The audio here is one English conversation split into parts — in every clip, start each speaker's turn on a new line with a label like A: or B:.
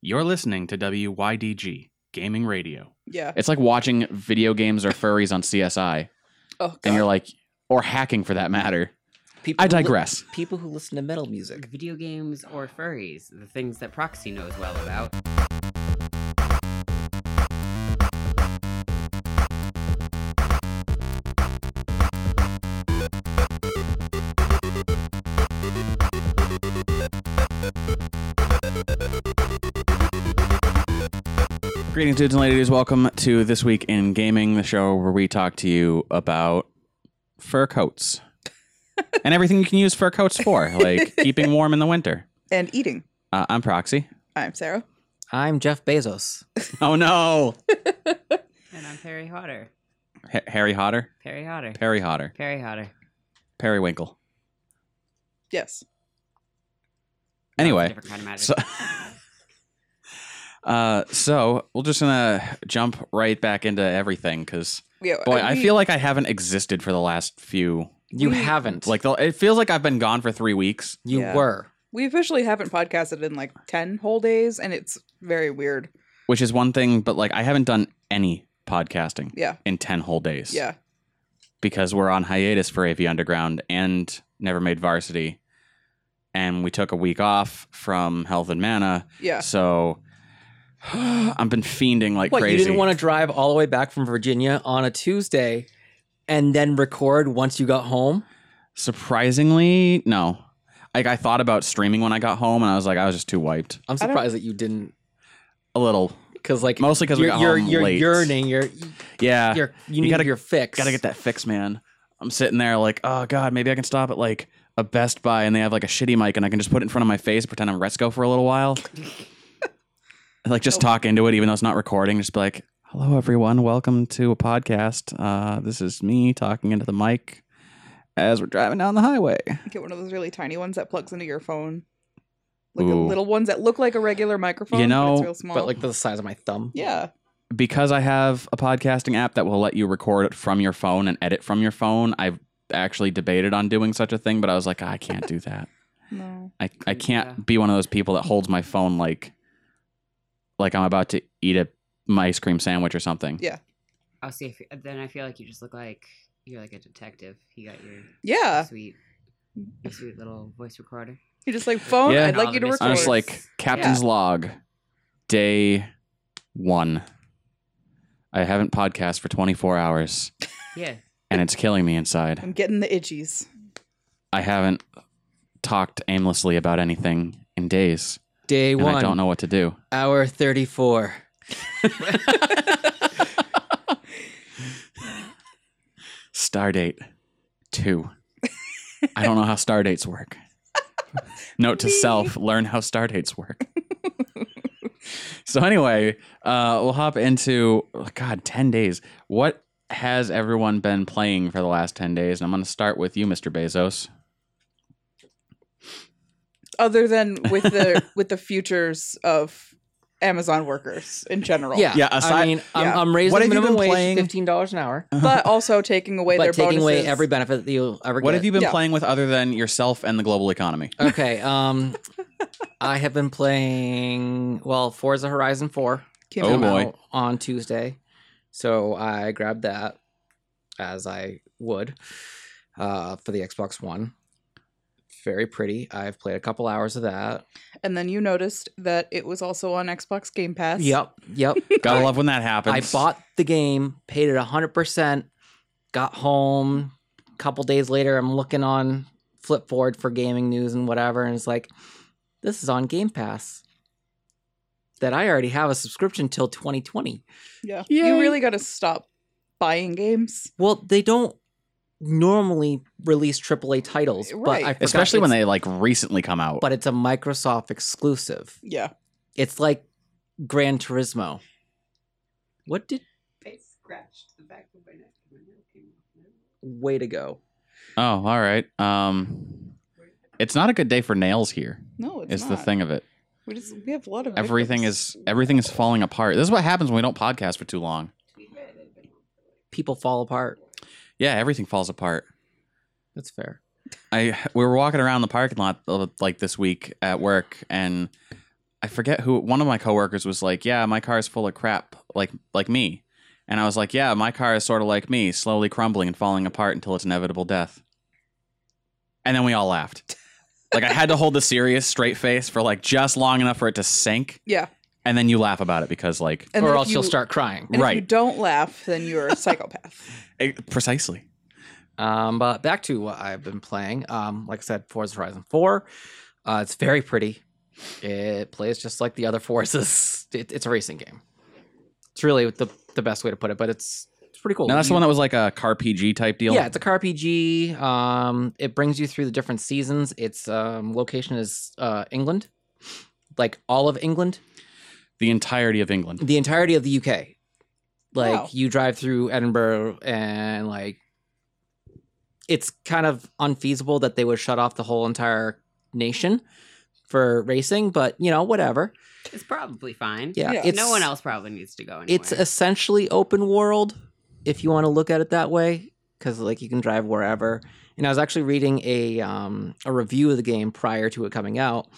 A: You're listening to WYDG Gaming Radio.
B: Yeah.
C: It's like watching video games or furries on CSI,
B: Oh, God.
C: and you're like, or hacking for that matter.
D: People
C: I
D: who li-
C: digress.
D: people who listen to metal music.
E: Video games or furries, the things that Proxy knows well about.
C: Greetings, dudes and ladies. Welcome to This Week in Gaming, the show where we talk to you about fur coats and everything you can use fur coats for, like keeping warm in the winter.
B: And eating.
C: Uh, I'm Proxy.
B: I'm Sarah.
D: I'm Jeff Bezos.
C: Oh no,
E: And I'm Perry Hodder.
C: H- Harry Hotter,
E: Perry Hodder.
C: Perry Hotter,
E: Perry Hodder.
C: Periwinkle.
B: Yes.
C: Anyway,
E: Different kind of magic.
C: so, uh, so we're just gonna jump right back into everything because
B: Yeah.
C: boy,
B: uh,
C: I
B: we-
C: feel like I haven't existed for the last few.
D: You
B: We-
D: haven't.
C: Like the, it feels like I've been gone for three weeks.
D: you
B: Yeah.
D: were.
B: we officially haven't podcasted in like 10 whole days, and it's very weird.
C: which is one thing, but like I haven't done any podcasting
B: Yeah.
C: in 10 whole days.
B: Yeah.
C: Because we're on hiatus for AV Underground and Never Made Varsity. And we took a week off from Health and Mana.
B: Yeah.
C: So I've been fiending like
D: what
C: crazy.
D: you didn't want to drive all the way back from Virginia on a Tuesday and then record once you got home?
C: Surprisingly, no. Like I thought about streaming when I got home and I was like, I was just too wiped.
D: I'm
B: I don't-
D: surprised that you didn't
C: A little.
D: because like
C: Mostly because we
D: you're
C: got
D: you're,
C: home
D: you're
C: late.
D: yearning. You're
C: Yeah.
D: you're you,
C: You
D: need
C: gotta-
D: your fix.
C: Gotta get that fix, man. I'm sitting there like, oh god, maybe I can stop at like a Best Buy and they have like a shitty mic and I can just put it in front of my face, pretend I'm Retzko for a little while. like just talk into it, even though it's not recording. Just be like, hello everyone, welcome to a podcast. Uh, this is me talking into the mic as we're driving down the highway.
B: Get one of those really tiny ones that plugs into your phone. Like the
C: Ooh.
B: little ones that look like a regular microphone, but
C: know,
B: it's real small.
D: but like the size of my thumb.
B: yeah.
C: Because I have a podcasting app that will let you record it from your phone and edit from your phone, I've actually debated on doing such a thing, but I was like, "Ah, I can't do that.
B: No.
C: I, I
E: Mm,
C: can't
E: yeah.
C: be one of those people that holds my phone like like I'm about to eat a my ice cream sandwich or something.
B: Yeah.
E: I'll see if then I feel like you just look like you're like a detective. You got your
B: Yeah.
E: sweet your sweet little voice recorder.
B: You're just like, phone,
C: Yeah.
B: I'd like you to record.
C: I'm just
E: Honestly,
C: like Captain's log, day one. I haven't podcast for 24 hours,
E: Yeah.
C: and it's killing me inside.
B: I'm getting the itchies.
C: I haven't talked aimlessly about anything in days,
D: Day
C: and
D: one,
C: I don't know what to do.
D: hour thirty-four.
C: Stardate two. I don't know how star dates work. Note to
B: Me.
C: self: learn how star dates work. so anyway, uh, we'll hop into oh, God ten days. What has everyone been playing for the last ten days? And I'm going to start with you, Mr. Bezos.
B: Other than with the with the futures of Amazon workers in general.
D: Yeah,
C: Yeah,
D: I
C: aside-
D: mean, I'm,
B: yeah.
D: I'm raising
C: What have you
D: minimum
C: been
D: wage
C: playing?
D: fifteen dollars an hour,
B: But also taking away their
D: but taking
B: bonuses.
D: away every benefit that you'll ever get.
C: What have you been
B: Yeah.
C: playing with other than yourself and the global economy?
D: Okay, um, I have been playing well Forza Horizon Four.
B: Came
C: Oh,
B: out.
D: came
C: boy.
D: out on Tuesday. So I grabbed that as I would uh, for the Xbox One. Very pretty. I've played a couple hours of that.
B: And then you noticed that it was also on Xbox Game Pass.
D: Yep, yep.
C: Gotta
D: I-
C: love when that
D: I
C: happens.
D: bought the game, paid it 100%, got home. A couple days later, I'm looking on Flipboard for gaming news and whatever, and it's like, this is on Game Pass that I already have a subscription till 2020.
B: Yeah.
D: Yay.
B: You really got to stop buying games.
D: Well, they don't normally release AAA titles, but I
B: Right.
D: forgot
C: especially when
D: it's-
C: they like recently come out.
D: But it's a Microsoft exclusive.
B: Yeah.
D: It's like Gran Turismo. What did
E: I scratched the back of my neck. My nail came off.
D: way to go?
C: oh, all right. Um, it's not a good day for nails here.
B: No, it's
C: Is
B: not.
C: the thing of it.
B: We just we have a lot of
C: everything
B: hiccups.
C: is everything is falling apart. This is what happens when we don't podcast for too long.
D: People fall apart.
C: Yeah, everything falls apart.
D: That's fair.
C: I we were walking around the parking lot uh, like this week at work, and I forget who one of my coworkers was like, "Yeah, my car is full of crap, like like me," and I was like, "Yeah, my car is sort of like me, slowly crumbling and falling apart until its inevitable death." And then we all laughed. Like I had to hold the serious straight face for like just long enough for it to sink,
B: Yeah.
C: and then you laugh about it because like
B: And
D: or
B: then if
D: else you, will
B: you-
D: start crying.
B: And if you
C: right,
B: don't laugh, then you're a psychopath.
C: Eh, precisely.
D: Um, but back to what I've been playing. Um, like I said, Forza Horizon 4. Uh, it's very pretty. It plays just like the other Forzas. It, it's a racing game. It's really the, the best way to put it, but it's it's pretty cool.
C: Now that's the
D: You-
C: one that was like a car PG type deal.
D: Yeah, it's a car PG. Um, it brings you through the different seasons. Its um, location is uh, England, like all of England,
C: the entirety of England.
D: the entirety of the UK. Like
B: Wow.
D: you drive through Edinburgh and like it's kind of unfeasible that they would shut off the whole entire nation for racing, but you know, whatever.
E: It's probably fine.
D: Yeah.
B: Yeah.
D: It's
E: no one else probably needs to go anywhere.
D: It's essentially open world, if you want to look at it that way, because like you can drive wherever. And I was actually reading a um, a review of the game prior to it coming out,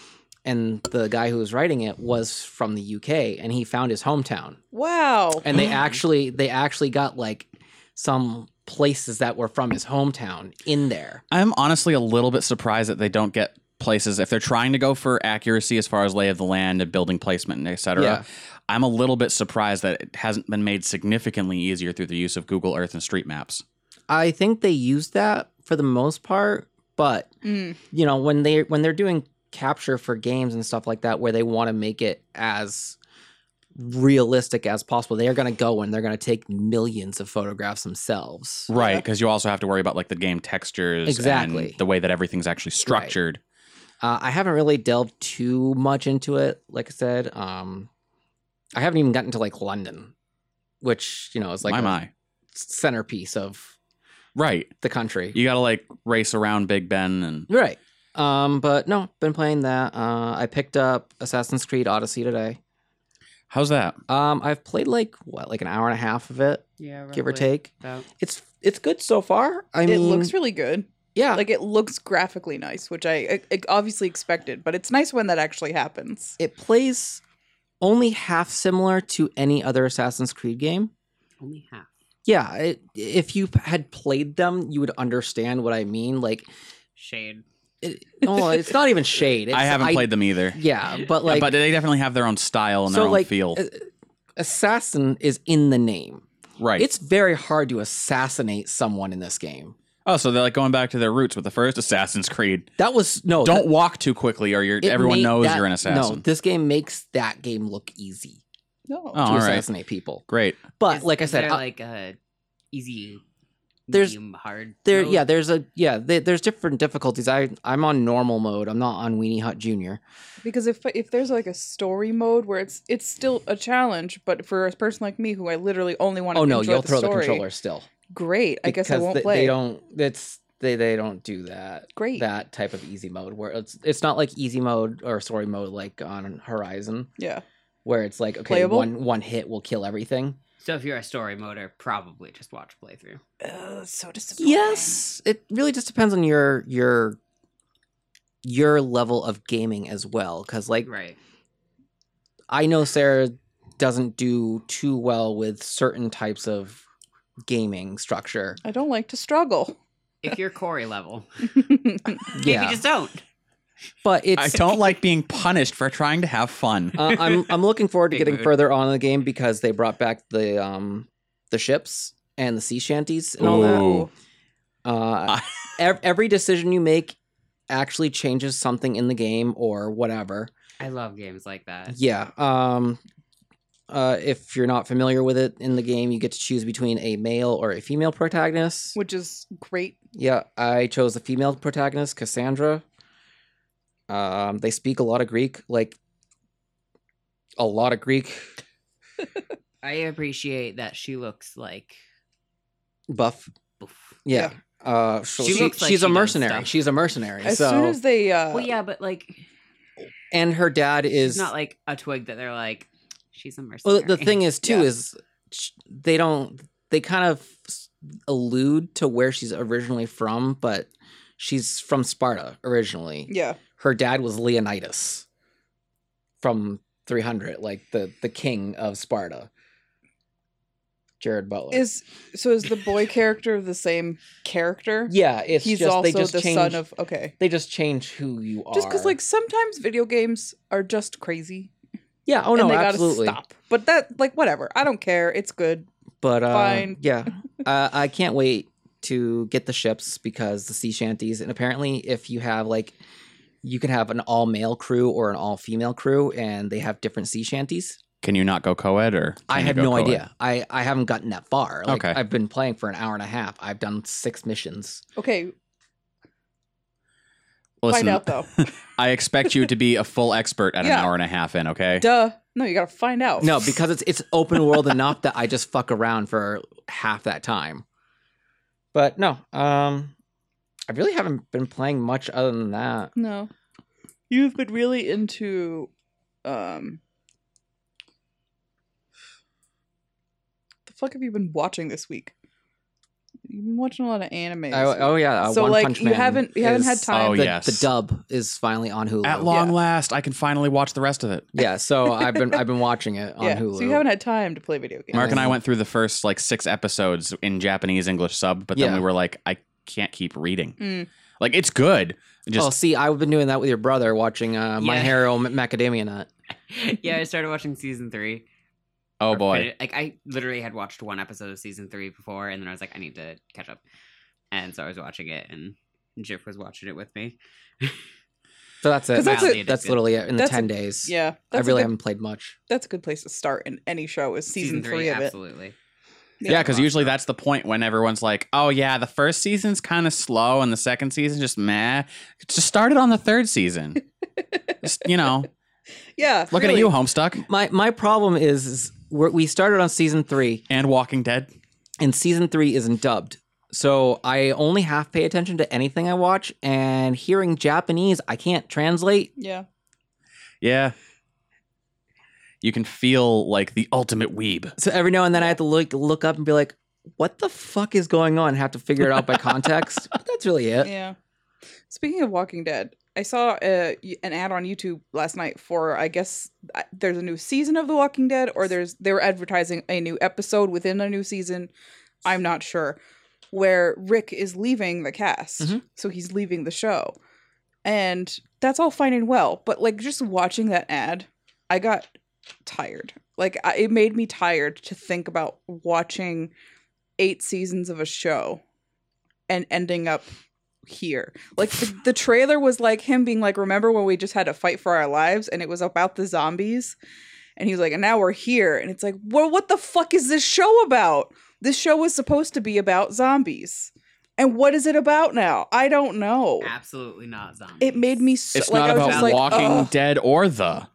D: and the guy who was writing it was from the UK, and he found his hometown,
B: Wow.
D: and they actually they actually got like some places that were from his hometown in there.
C: I'm honestly a little bit surprised that they don't get places if they're trying to go for accuracy as far as lay of the land and building placement and et cetera.
D: Yeah.
C: I'm a little bit surprised that it hasn't been made significantly easier through the use of Google Earth and Street Maps.
D: I think they used that for the most part, but
B: Mm.
D: you know when they when they're doing capture for games and stuff like that where they want to make it as realistic as possible they are going to go and they're going to take millions of photographs themselves
C: Right, because you also have to worry about like the game textures
D: Exactly.
C: and the way that everything's actually structured.
D: uh, i haven't really delved too much into it like i said um i haven't even gotten to like london which you know is like
C: my
D: a
C: my.
D: centerpiece of
C: Right.
D: the country
C: You got to like race around Big Ben and
D: right um but no been playing that uh i picked up assassin's creed odyssey today
C: How's that?
D: um i've played like what like an hour and a half of it
E: yeah,
D: give or
E: roughly
D: take.
E: about-
D: It's it's good so far. I mean,
B: it looks really good.
D: yeah,
B: Like
D: like
B: it looks graphically nice, which I, I obviously expected, but it's nice when that actually happens.
D: it plays only half similar to any other Assassin's Creed game.
E: only half.
D: Yeah, it, if you p- had played them, you would understand what I mean. Like,
E: Shade.
D: it, oh, it's not even shade. It's,
C: I haven't played them either.
D: Yeah, but like,
C: but they definitely have their own style and
D: so
C: their own
D: like, uh,
C: feel.
D: a- assassin is in the name.
C: right.
D: It's very hard to assassinate someone in this game.
C: oh, so they're like going back to their roots with the first Assassin's Creed.
D: Oh, That was no.
C: Don't walk too quickly, or you're,
D: that- it
C: everyone
D: made
C: knows
D: that-
C: you're an
D: No,
C: assassin.
D: this game makes that game look easy
B: No.
C: oh,
D: to
C: all right,
D: assassinate people.
C: great.
D: But
E: Is-
D: like I
E: is
D: said,
E: there,
D: I-
E: like a easy,
D: There's-
E: medium, hard.
D: there
E: mode?
D: yeah there's a yeah there, there's different difficulties i i'm on normal mode i'm not on weenie hut junior
B: because if if there's like a story mode where it's it's still a challenge, but for a person like me who I literally only want to
D: oh no
B: enjoy
D: you'll
B: the
D: throw
B: story,
D: the controller still
B: Great, I guess I
D: because
B: won't
D: they,
B: play.
D: they don't it's they they don't do that
B: Great,
D: that type of easy mode where it's it's not like easy mode or story mode like on horizon
B: yeah,
D: where it's like okay
B: Playable?
D: one one hit will kill everything
E: So if you're a story moder, probably just watch playthrough.
B: Ugh, so disappointing.
D: yes it really just depends on your your your level of gaming as well because like
E: Right.
D: I know Sarah doesn't do too well with certain types of gaming structure.
B: I don't like to struggle.
E: If you're Corey level, maybe
D: Yeah,
E: just don't.
D: but
C: I
D: it's.
C: don't like being punished for trying to have fun.
D: uh, I'm I'm looking forward to
E: Big
D: getting
E: mood.
D: further on in the game because they brought back the um the ships and the sea shanties and all
C: Ooh.
D: that. Uh, ev- every decision you make actually changes something in the game or whatever.
E: I love games like that.
D: Yeah. Um, uh, if you're not familiar with it in the game, you get to choose between a male or a female protagonist.
B: which is great.
D: Yeah, I chose the female protagonist, Cassandra. Um, they speak a lot of Greek, like a lot of Greek.
E: I appreciate that she looks like.
D: Buff,
E: Oof.
D: yeah. Uh, so
E: She
D: she-
E: looks like
D: she's
E: she
D: a
E: knows
D: mercenary.
E: stuff.
D: She's a mercenary.
B: As
D: so,
B: soon as they, uh,
E: Well, yeah, but like,
D: and her dad
E: is
D: is.
E: not like a twig that they're like. She's a mercenary.
D: well, the thing is too
B: Yeah.
D: is sh- they don't. They kind of s- allude to where she's originally from, but she's from Sparta originally.
B: yeah,
D: Her dad was Leonidas. from 300, like the the king of Sparta, Jared Butler.
B: Is so is the boy character the same character?
D: yeah, it's
B: he's
D: just
B: also
D: they just
B: the
D: change
B: son of okay.
D: they just change who you are.
B: Just because like sometimes video games are just crazy.
D: yeah, oh
B: and
D: no,
B: they
D: absolutely.
B: gotta stop. But that like whatever. I don't care. It's good.
D: But uh,
B: Fine.
D: yeah, uh, I can't wait to get the ships because the sea shanties, and apparently, if you have like, you can have an all male crew or an all female crew, and they have different sea shanties.
C: Can you not go co-ed or? can
D: I
C: you
D: have
C: go
D: no
C: co-ed?
D: idea. I I haven't gotten that far. Like,
C: Okay.
D: I've been playing for an hour and a half. I've done six missions.
B: Okay,
C: Listen,
B: find out though.
C: I expect you to be a full expert at an
B: Yeah.
C: hour and a half in. Okay.
B: Duh. No, you gotta find
C: Oh.
B: out.
D: No, because it's it's open world enough that I just fuck around for half that time. But no, um, I really haven't been playing much other than that.
B: No. You've been really into um the fuck have you been watching this week? You've been watching a lot of anime.
D: I,
B: this week.
D: oh yeah, uh,
B: so
D: One
B: like
D: Punch
B: you
D: Man
B: haven't you haven't
D: is-
B: had time.
C: Oh,
D: the,
C: yes.
D: the dub is finally on Hulu.
C: At long
B: Yeah.
C: last, I can finally watch the rest of it.
D: yeah, so I've been I've been watching it on
B: yeah.
D: Hulu.
B: So you haven't had time to play video games.
C: Mark and I went through the first like six episodes in Japanese English sub, but then
D: Yeah.
C: we were like, I can't keep reading.
B: Mm.
C: Like it's good. Just
D: oh, see, I've been doing that with your brother watching uh, My
E: Yeah.
D: Hero M- Macadamia Nut.
E: yeah, I started watching season three.
C: oh
E: or
C: boy,
E: fin- Like I literally had watched one episode of season three before, and then I was like, I need to catch up, and so I was watching it, and Jif was watching it with me.
D: So that's it.
B: 'Cause that's
D: That's,
E: it.
D: literally it in the
B: That's a-
D: ten days.
B: Yeah.
D: I
B: That's
D: really
B: a good,
D: haven't played much.
B: that's a good place to start in any show is season, three, of it.
E: absolutely.
C: yeah, because usually that's the point when everyone's like, oh yeah, the first season's kind of slow and the second season just meh. Just started on the third season. just, you know,
B: Yeah.
C: looking
B: really.
C: at you, Homestuck
D: My my problem is, is we're, we started on season three,
C: and Walking Dead.
D: and season three isn't dubbed. So I only half pay attention to anything I watch, and hearing Japanese, I can't translate.
B: Yeah.
C: Yeah. You can feel like the ultimate weeb.
D: So every now and then I have to look look up and be like, "What the fuck is going on?" Have to figure it out by context. but that's really it.
B: Yeah. Speaking of Walking Dead, I saw uh, y- an ad on YouTube last night for I guess uh, there's a new season of The Walking Dead, or there's they were advertising a new episode within a new season. I'm not sure where Rick is leaving the cast,
D: Mhm.
B: so he's leaving the show, and that's all fine and well. But like just watching that ad, I got tired. Like I, it made me tired to think about watching eight seasons of a show and ending up here. Like the, the trailer was like him being like, "Remember when we just had to fight for our lives?" And it was about the zombies. And he was like, "And now we're here." And it's like, "Well, what the fuck is this show about? This show was supposed to be about zombies, and what is it about now? I don't know."
E: absolutely not zombies.
B: It made me so
C: It's
B: like
C: not
B: I was
C: about
B: just like,
C: Walking
B: "Ugh,
C: Dead or the.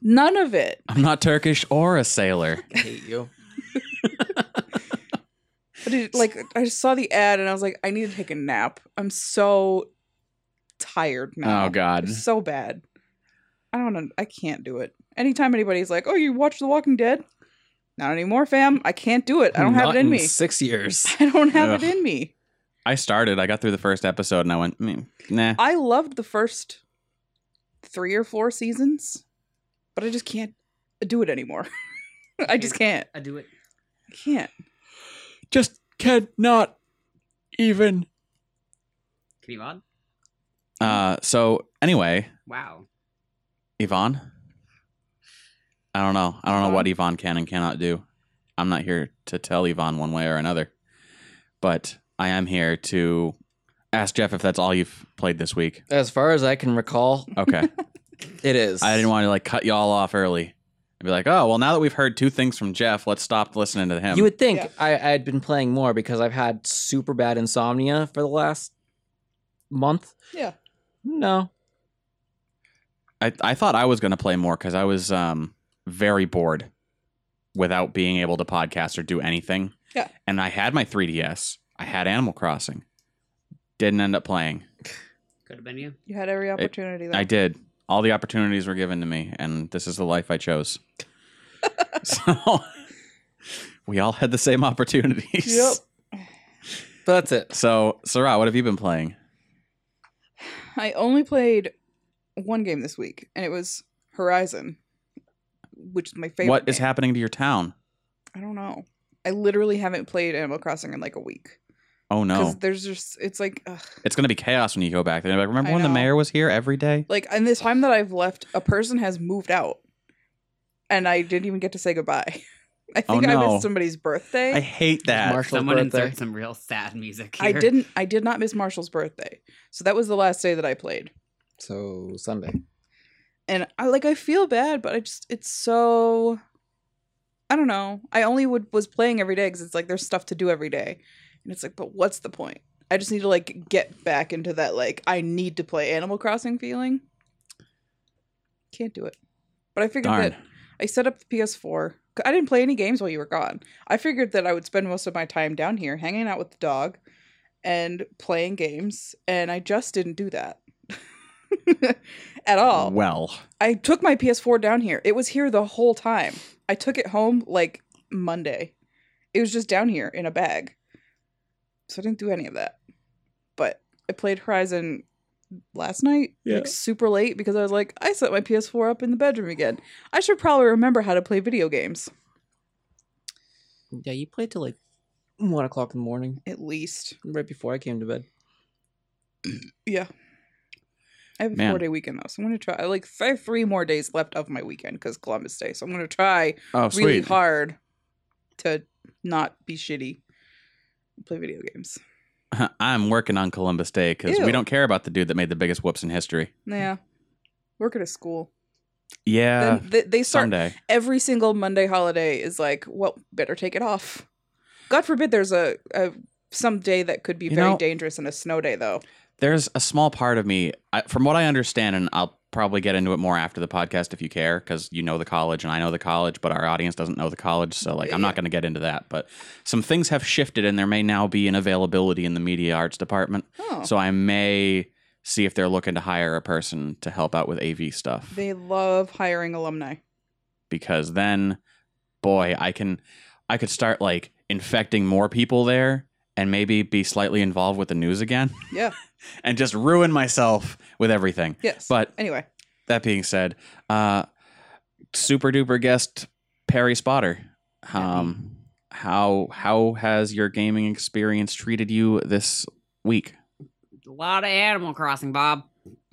B: none of it.
C: I'm not Turkish or a sailor.
D: I hate you.
B: But it, like I just saw the ad and I was like, I need to take a nap. I'm so tired now.
C: Oh God.
B: It's so bad. I don't know. I can't do it. Anytime anybody's like, "Oh, you watch The Walking Dead?" Not anymore, fam. I can't do it. I don't have
D: Not
B: it in me.
D: Six years.
B: I don't have it
C: Ugh.
B: in me.
C: I started. I got through the first episode and I went, mm, nah.
B: I loved the first three or four seasons, but I just can't do it anymore. I just can't.
E: I do it.
B: I can't.
C: Just cannot even.
E: Can you mod?
C: Uh. So anyway,
E: Wow.
C: Yvonne. I don't know. I don't know what Yvonne can and cannot do. I'm not here to tell Yvonne one way or another, but I am here to ask Jeff if that's all you've played this week.
D: As far as I can recall,
C: Okay.
D: it is.
C: I didn't want to like cut y'all off early. I'd be like, oh well, now that we've heard two things from Jeff, let's stop listening to him.
D: You would think
B: Yeah.
D: I, I had been playing more because I've had super bad insomnia for the last month.
B: Yeah.
D: No.
C: I, I thought I was going to play more because I was um, very bored without being able to podcast or do anything.
B: Yeah.
C: And I had my 3DS. I had Animal Crossing. Didn't end up playing.
E: Could have been you.
B: You had every opportunity. though.
C: I did. All the opportunities were given to me, and this is the life I chose. so we all had the same opportunities.
B: Yep.
D: But that's it.
C: So, Sarah, what have you been playing?
B: I only played one game this week, and it was Horizon, which is my favorite.
C: what is
B: game.
C: happening to your town?
B: I don't know. I literally haven't played Animal Crossing in like a week
C: Oh
B: because
C: no,
B: there's just it's like ugh.
C: it's gonna be chaos when you go back there. They're Like, remember
B: I
C: when the
B: know.
C: mayor was here every day?
B: like in the time that I've left, a person has moved out, and I didn't even get to say goodbye. I
C: Oh,
B: think I
C: no.
B: missed somebody's birthday.
C: I hate that.
D: Marshall's
E: Uh, Someone
D: birthday.
E: insert some real sad music
B: I
E: here.
B: didn't. I did not miss Marshall's birthday, so that was the last day that I played.
D: So Sunday.
B: and I like I feel bad, but I just it's so I don't know. I only would was playing every day because it's like there's stuff to do every day, and it's like, but what's the point? I just need to like get back into that like I need to play Animal Crossing feeling. Can't do it, but I figured
C: Darn.
B: that I set up the PS4. I didn't play any games while you were gone. I figured that I would spend most of my time down here hanging out with the dog and playing games, and I just didn't do that at all.
C: Well,
B: I took my PS4 down here. It was here the whole time. I took it home like Monday. It was just down here in a bag. So I didn't do any of that. But I played Horizon last night, like super late, because I was like, I set my PS4 up in the bedroom again. I should probably remember how to play video games,
D: Yeah, you played till like one o'clock in the morning,
B: at least.
D: right before I came to bed.
B: Yeah. I have a
C: Man.
B: four day weekend though, so I'm gonna try. I like I have three more days left of my weekend because Columbus Day, so I'm gonna try
C: oh
B: really
C: sweet.
B: hard to not be shitty and play video games.
C: I'm working on Columbus Day because
B: Ew.
C: we don't care about the dude that made the biggest whoops in history.
B: Yeah. Work at a school.
C: Yeah,
B: then they, they start
C: Sunday.
B: every single Monday holiday is like, well, better take it off. God forbid there's a, a some day that could be
C: You
B: very
C: know-
B: dangerous and a snow day though.
C: there's a small part of me I, from what i understand and i'll probably get into it more after the podcast if you care because you know the college and i know the college but our audience doesn't know the college so like i'm not going to get into that but some things have shifted and there may now be an availability in the media arts department
B: Oh.
C: so i may see if they're looking to hire a person to help out with av stuff
B: they love hiring alumni.
C: because then boy i can i could start like infecting more people there and maybe be slightly involved with the news again
B: Yeah.
C: and just ruin myself with everything
B: Yes.
C: But-
B: anyway,
C: that being said, uh, super duper guest Perry Spotter. Um, how how has your gaming experience treated you this week?
E: A lot of Animal Crossing, Bob.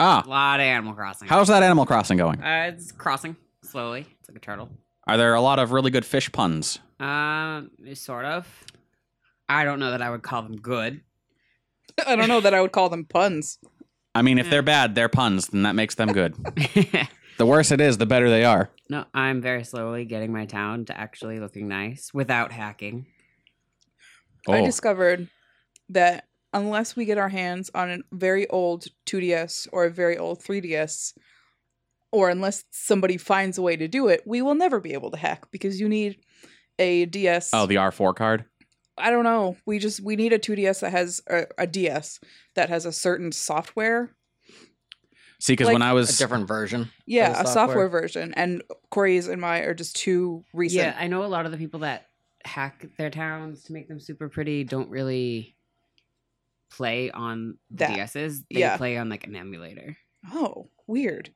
C: Ah,
E: A lot of Animal Crossing.
C: how's that Animal Crossing going?
E: Uh, it's crossing slowly. It's like a turtle.
C: Are there a lot of really good fish puns?
E: Um, sort of. I don't know that I would call them good.
B: I don't know that I would call them puns.
C: I mean, if
E: Yeah.
C: they're bad, they're puns, then that makes them good. the worse it is, the better they are.
E: no, I'm very slowly getting my town to actually looking nice without hacking.
B: I
C: Oh.
B: discovered that unless we get our hands on a very old 2DS or a very old 3DS, or unless somebody finds a way to do it, we will never be able to hack because you need a DS.
C: Oh, the R4 card.
B: I don't know. We just we need a 2DS that has a, a DS that has a certain software.
C: See, because
B: Like-
C: when I
D: A
C: was
D: different version.
B: Yeah,
D: the
B: a
D: software.
B: software version. And Corey's and my are just too recent.
E: Yeah, I know a lot of the people that hack their towns to make them super pretty don't really play on the
B: That-
E: DSs. They
B: yeah.
E: play on like an emulator
B: oh, weird.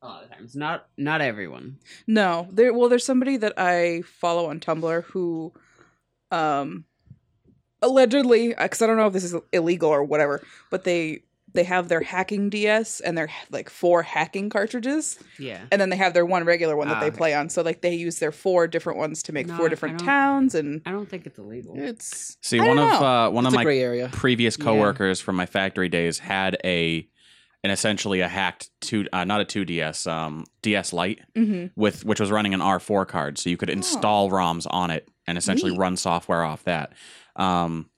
E: a lot of times. Not not everyone.
B: No, there. Well, there's somebody that I follow on Tumblr who, um, allegedly, because I don't know if this is illegal or whatever, but they they have their hacking DS and their like four hacking cartridges,
E: Yeah.
B: and then they have their one regular one that
E: Ah,
B: they
E: okay.
B: play on. So like they use their four different ones to make
E: No, I-
B: four
E: I
B: different
E: don't-
B: towns, and
E: I don't think it's illegal.
D: It's
C: see
B: I
C: one
B: don't
C: of
B: know.
C: uh, one
D: it's
C: of
D: a
C: my
D: gray area.
C: previous
E: Yeah.
C: coworkers from my factory days had a an essentially a hacked two uh, not a 2ds um ds lite
B: Mhm.
C: with which was running an r4 card so you could install roms on it and essentially
B: Oh. Neat.
C: run software off that um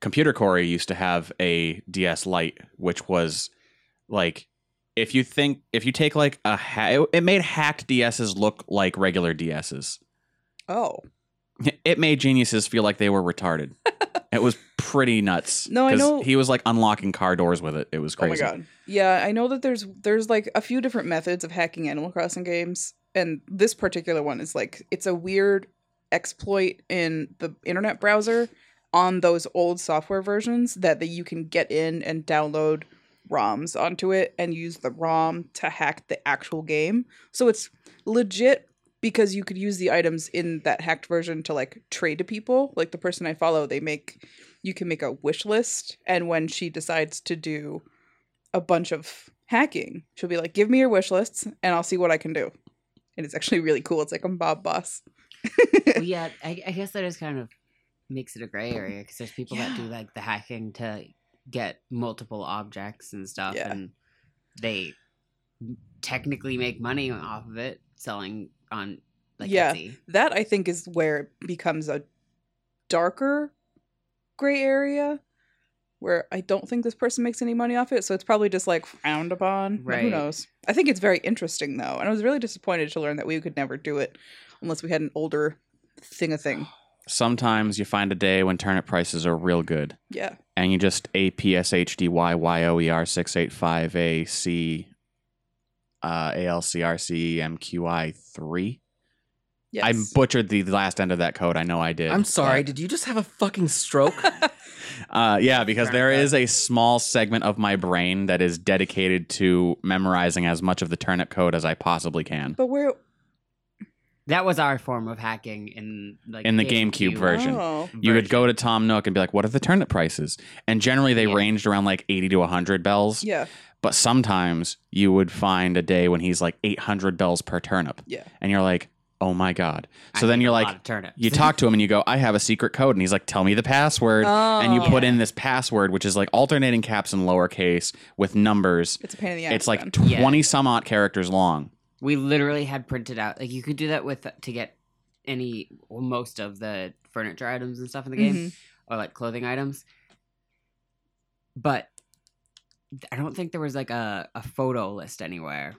C: computer corey used to have a ds lite which was like if you think if you take like a ha- it, it made hacked ds's look like regular ds's
B: oh
C: it made geniuses feel like they were retarded. it was pretty nuts.
B: No, I
C: 'Cause
B: know-
C: He was like unlocking car doors with it. It was crazy.
B: Oh my god. Yeah, I know that there's there's like a few different methods of hacking Animal Crossing games, and this particular one is like it's a weird exploit in the internet browser on those old software versions that, that you can get in and download ROMs onto it and use the ROM to hack the actual game. So it's legit because you could use the items in that hacked version to like trade to people. Like the person I follow, they make you can make a wish list and when she decides to do a bunch of hacking, she'll be like, "Give me your wish lists and I'll see what I can do." And it's actually really cool. It's like I'm Bob Boss.
E: well, yeah, I, I guess that is kind of makes it a gray area because there's people that do
B: Yeah.
E: like the hacking to get multiple objects and stuff,
B: Yeah.
E: and they technically make money off of it selling on like
B: Yeah.
E: Etsy.
B: that I think is where it becomes a darker gray area where I don't think this person makes any money off it. So it's probably just like frowned upon. Right. Who
E: Right.
B: knows? I think it's very interesting though. And I was really disappointed to learn that we could never do it unless we had an older thing a thing.
C: Sometimes you find a day when turnip prices are real good,
B: Yeah.
C: and you just A P S H D Y Y O E R six eight five A C uh A L C R C E M Q I three.
B: Yes.
C: I butchered the last end of that code. I know I did.
D: I'm sorry.
C: but-
D: Did you just have a fucking stroke?
C: Uh, yeah, because there
E: Turnip.
C: is a small segment of my brain that is dedicated to memorizing as much of the turnip code as I possibly can.
B: but where
E: That was our form of hacking in like
C: In the GameCube version.
B: Oh.
C: You would go to Tom Nook and be like, "What are the turnip prices?" And generally, they
E: Yeah.
C: ranged around like eighty to hundred bells.
B: Yeah.
C: But sometimes you would find a day when he's like eight hundred bells per turnip,
B: Yeah.
C: and you're like, "Oh my god!"
E: I
C: So then
E: need
C: you're
E: a
C: like,
E: lot of turnips.
C: you talk to him and you go, "I have a secret code," and he's like, "Tell me the password." And you
B: Oh.
C: put in this password, which is like alternating caps and lowercase with numbers.
B: It's a pain in the ass.
C: it's like
B: then.
C: 20
E: Yeah.
C: some odd characters long.
E: we literally had printed out like you could do that with to get any well, most of the furniture items and stuff in the game.
B: Mhm.
E: or like clothing items. But th- I don't think there was like a, a photo list anywhere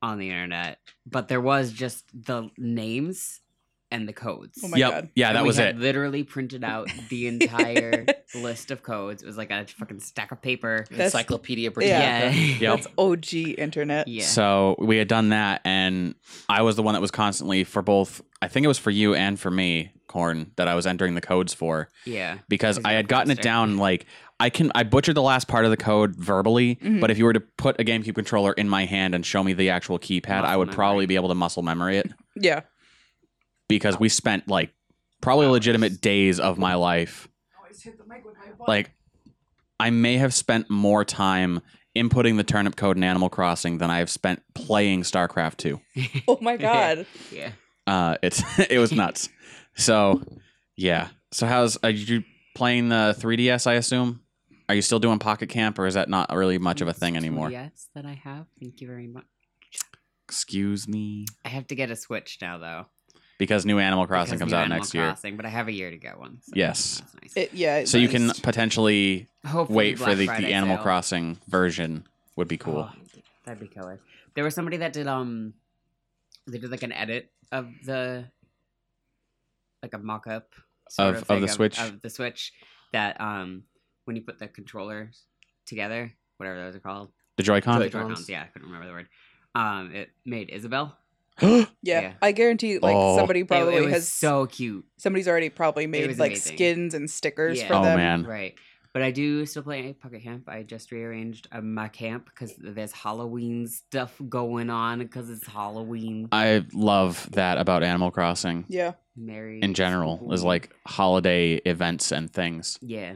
E: on the internet. But there was just the names and the codes.
B: Oh my
C: yep.
B: God.
C: Yeah,
E: And
C: that
E: we
C: was
E: had
C: it.
E: Literally printed out the entire list of codes. It was like a fucking stack of paper.
B: That's-
D: Encyclopedia
E: Yeah.
D: Britannica.
B: That's OG internet.
E: Yeah.
C: So we had done that, and I was the one that was constantly for both. I think it was for you and for me, Corn, that I was entering the codes for
E: yeah.
C: because
E: Is
C: I
E: that
C: had gotten it
E: faster?
C: down. Like I can, I butchered the last part of the code verbally,
B: Mhm.
C: but if you were to put a GameCube controller in my hand and show me the actual keypad, I
E: Muscle
C: would
E: memory.
C: probably be able to muscle memory it
B: Yeah.
C: because we spent like probably
E: Hours.
C: legitimate days of my life. Like, I may have spent more time inputting the turnip code in Animal Crossing than I have spent playing StarCraft 2.
B: Oh my God.
E: Yeah.
C: Uh, it's it was nuts. So, yeah. So how's are you playing the 3DS? I assume. Are you still doing Pocket Camp, or is that not really much of a thing anymore?
E: Yes, that I have. Thank you very much.
C: Excuse me,
E: I have to get a Switch now though.
C: because new Animal Crossing
E: because
C: comes
E: new
C: out
E: Animal
C: next
E: Crossing, but I have a year to get one. so
C: Yes.
E: that's nice.
B: It, yeah.
C: year.
B: it
C: So you can
B: does.
C: potentially
E: Hopefully
C: wait for
E: Black
C: the,
E: Friday
C: the Animal
E: sale.
C: Crossing version. Would be cool.
E: Oh, that'd be killer. There was somebody that did um they did like an edit of the like a mock up
C: Of- of the Switch?
E: of, the Switch that um when you put the controllers together, whatever those are called.
C: The Joy-Con.
E: The
D: Joy-Cons.
E: Joy-Cons, yeah, I couldn't remember the word. Um it made Isabel.
B: Yeah,
E: Yeah.
B: I guarantee like
C: Oh.
B: somebody
E: It-
B: probably
E: it, was
B: has
E: so cute.
B: somebody's already probably made
E: was
B: like
E: amazing.
B: skins and stickers
E: Yeah.
B: for
C: oh
B: them.
C: man,
E: Right. But I do still play Pocket Camp. I just rearranged uh, my camp because there's Halloween stuff going on because it's Halloween.
C: I love that about Animal Crossing
B: Yeah.
E: Merry
C: in general is
E: spooky.
C: like holiday events and things.
E: yeah.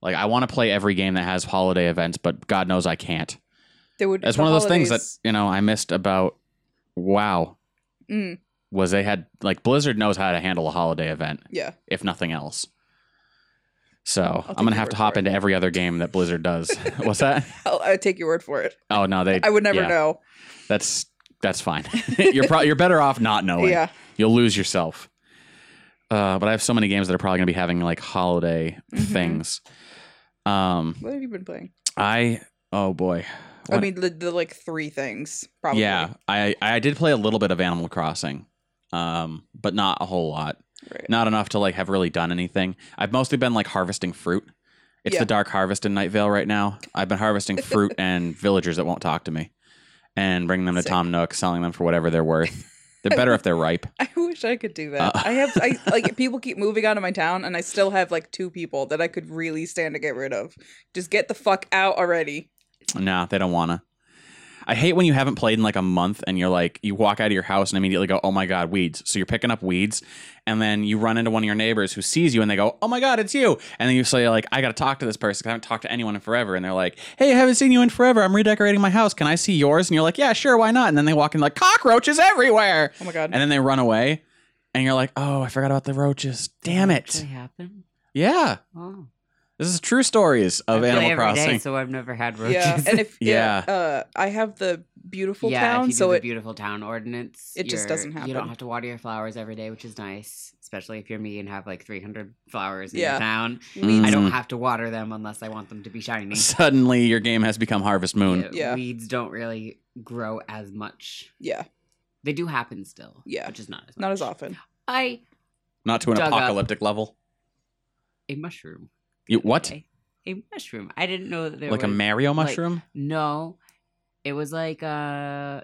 C: Like I want to play every game that has holiday events, but God knows I can't.
B: There would
C: That's
B: the
C: one of those things that
B: holidays-
C: you know I missed about WoW
B: Mm.
C: was they had like Blizzard knows how to handle a holiday event
B: yeah.
C: if nothing else. So
B: take
C: I'm gonna
B: your
C: have
B: word
C: to
B: for
C: hop
B: it.
C: into every other game that Blizzard does. What's that?
B: I'll, I'll take your word for it.
C: Oh no, they.
B: I would never
C: yeah,
B: know.
C: That's that's fine. you're pro- you're better off not knowing.
B: Yeah.
C: You'll lose yourself. Uh, but I have so many games that are probably gonna be having like holiday
B: Mhm.
C: things. Um,
B: What have you been playing?
C: I oh boy.
B: I
C: What-
B: mean, the, the like three things probably.
C: Yeah, I I did play a little bit of Animal Crossing, um, but not a whole lot.
B: Right.
C: Not enough to like have really done anything. I've mostly been like harvesting fruit. It's
B: Yeah.
C: the dark harvest in Night Vale right now. I've been harvesting fruit and villagers that won't talk to me, and bringing them to
B: Sick.
C: Tom Nook, selling them for whatever they're worth. They're better if they're ripe.
B: I wish I could do that.
C: Uh.
B: I have I like people keep moving out of my town, and I still have like two people that I could really stand to get rid of. Just get the fuck out already.
C: No, they don't wanna. I hate when you haven't played in like a month and you're like you walk out of your house and immediately go, "Oh my god, weeds." So you're picking up weeds and then you run into one of your neighbors who sees you and they go, "Oh my god, it's you." And then you say like, "I got to talk to this person 'cause I haven't talked to anyone in forever." And they're like, "Hey, I haven't seen you in forever. I'm redecorating my house. Can I see yours?" And you're like, "Yeah, sure, why not?" And then they walk in like, "Cockroaches everywhere."
B: Oh my god.
C: And then they run away and you're like, "Oh, I forgot about the roaches. Damn
E: Actually
C: it."
E: happened?
C: Yeah.
E: Oh.
C: This is true stories
E: I
C: of
E: play
C: Animal
E: every
C: Crossing.
E: day, so I've never had roaches.
B: yeah, and if yeah,
C: Yeah.
B: uh, I have the beautiful
E: yeah, if
B: town,
E: you do
B: so
E: the
B: it
E: beautiful town ordinance,
B: it just
E: you're-
B: doesn't
E: You
B: happen.
E: don't have to water your flowers every day, which is nice, especially if you're me and have like 300 flowers in
B: Yeah.
E: your town.
B: leads.
E: I
C: Mm.
E: don't have to water them unless I want them to be shiny.
C: Suddenly, your game has become Harvest Moon.
E: Yeah,
B: Yeah.
E: Weeds don't really grow as much.
B: Yeah,
E: They do happen still.
B: Yeah.
E: Which is not as much.
B: not as often.
E: I
C: Not to an
E: Dug up.
C: apocalyptic level.
E: a mushroom.
C: You,
E: the other
C: what?
E: day. A mushroom. I didn't know that there
C: Like a
E: was-
C: Mario
E: like-
C: mushroom?
E: No. It was like uh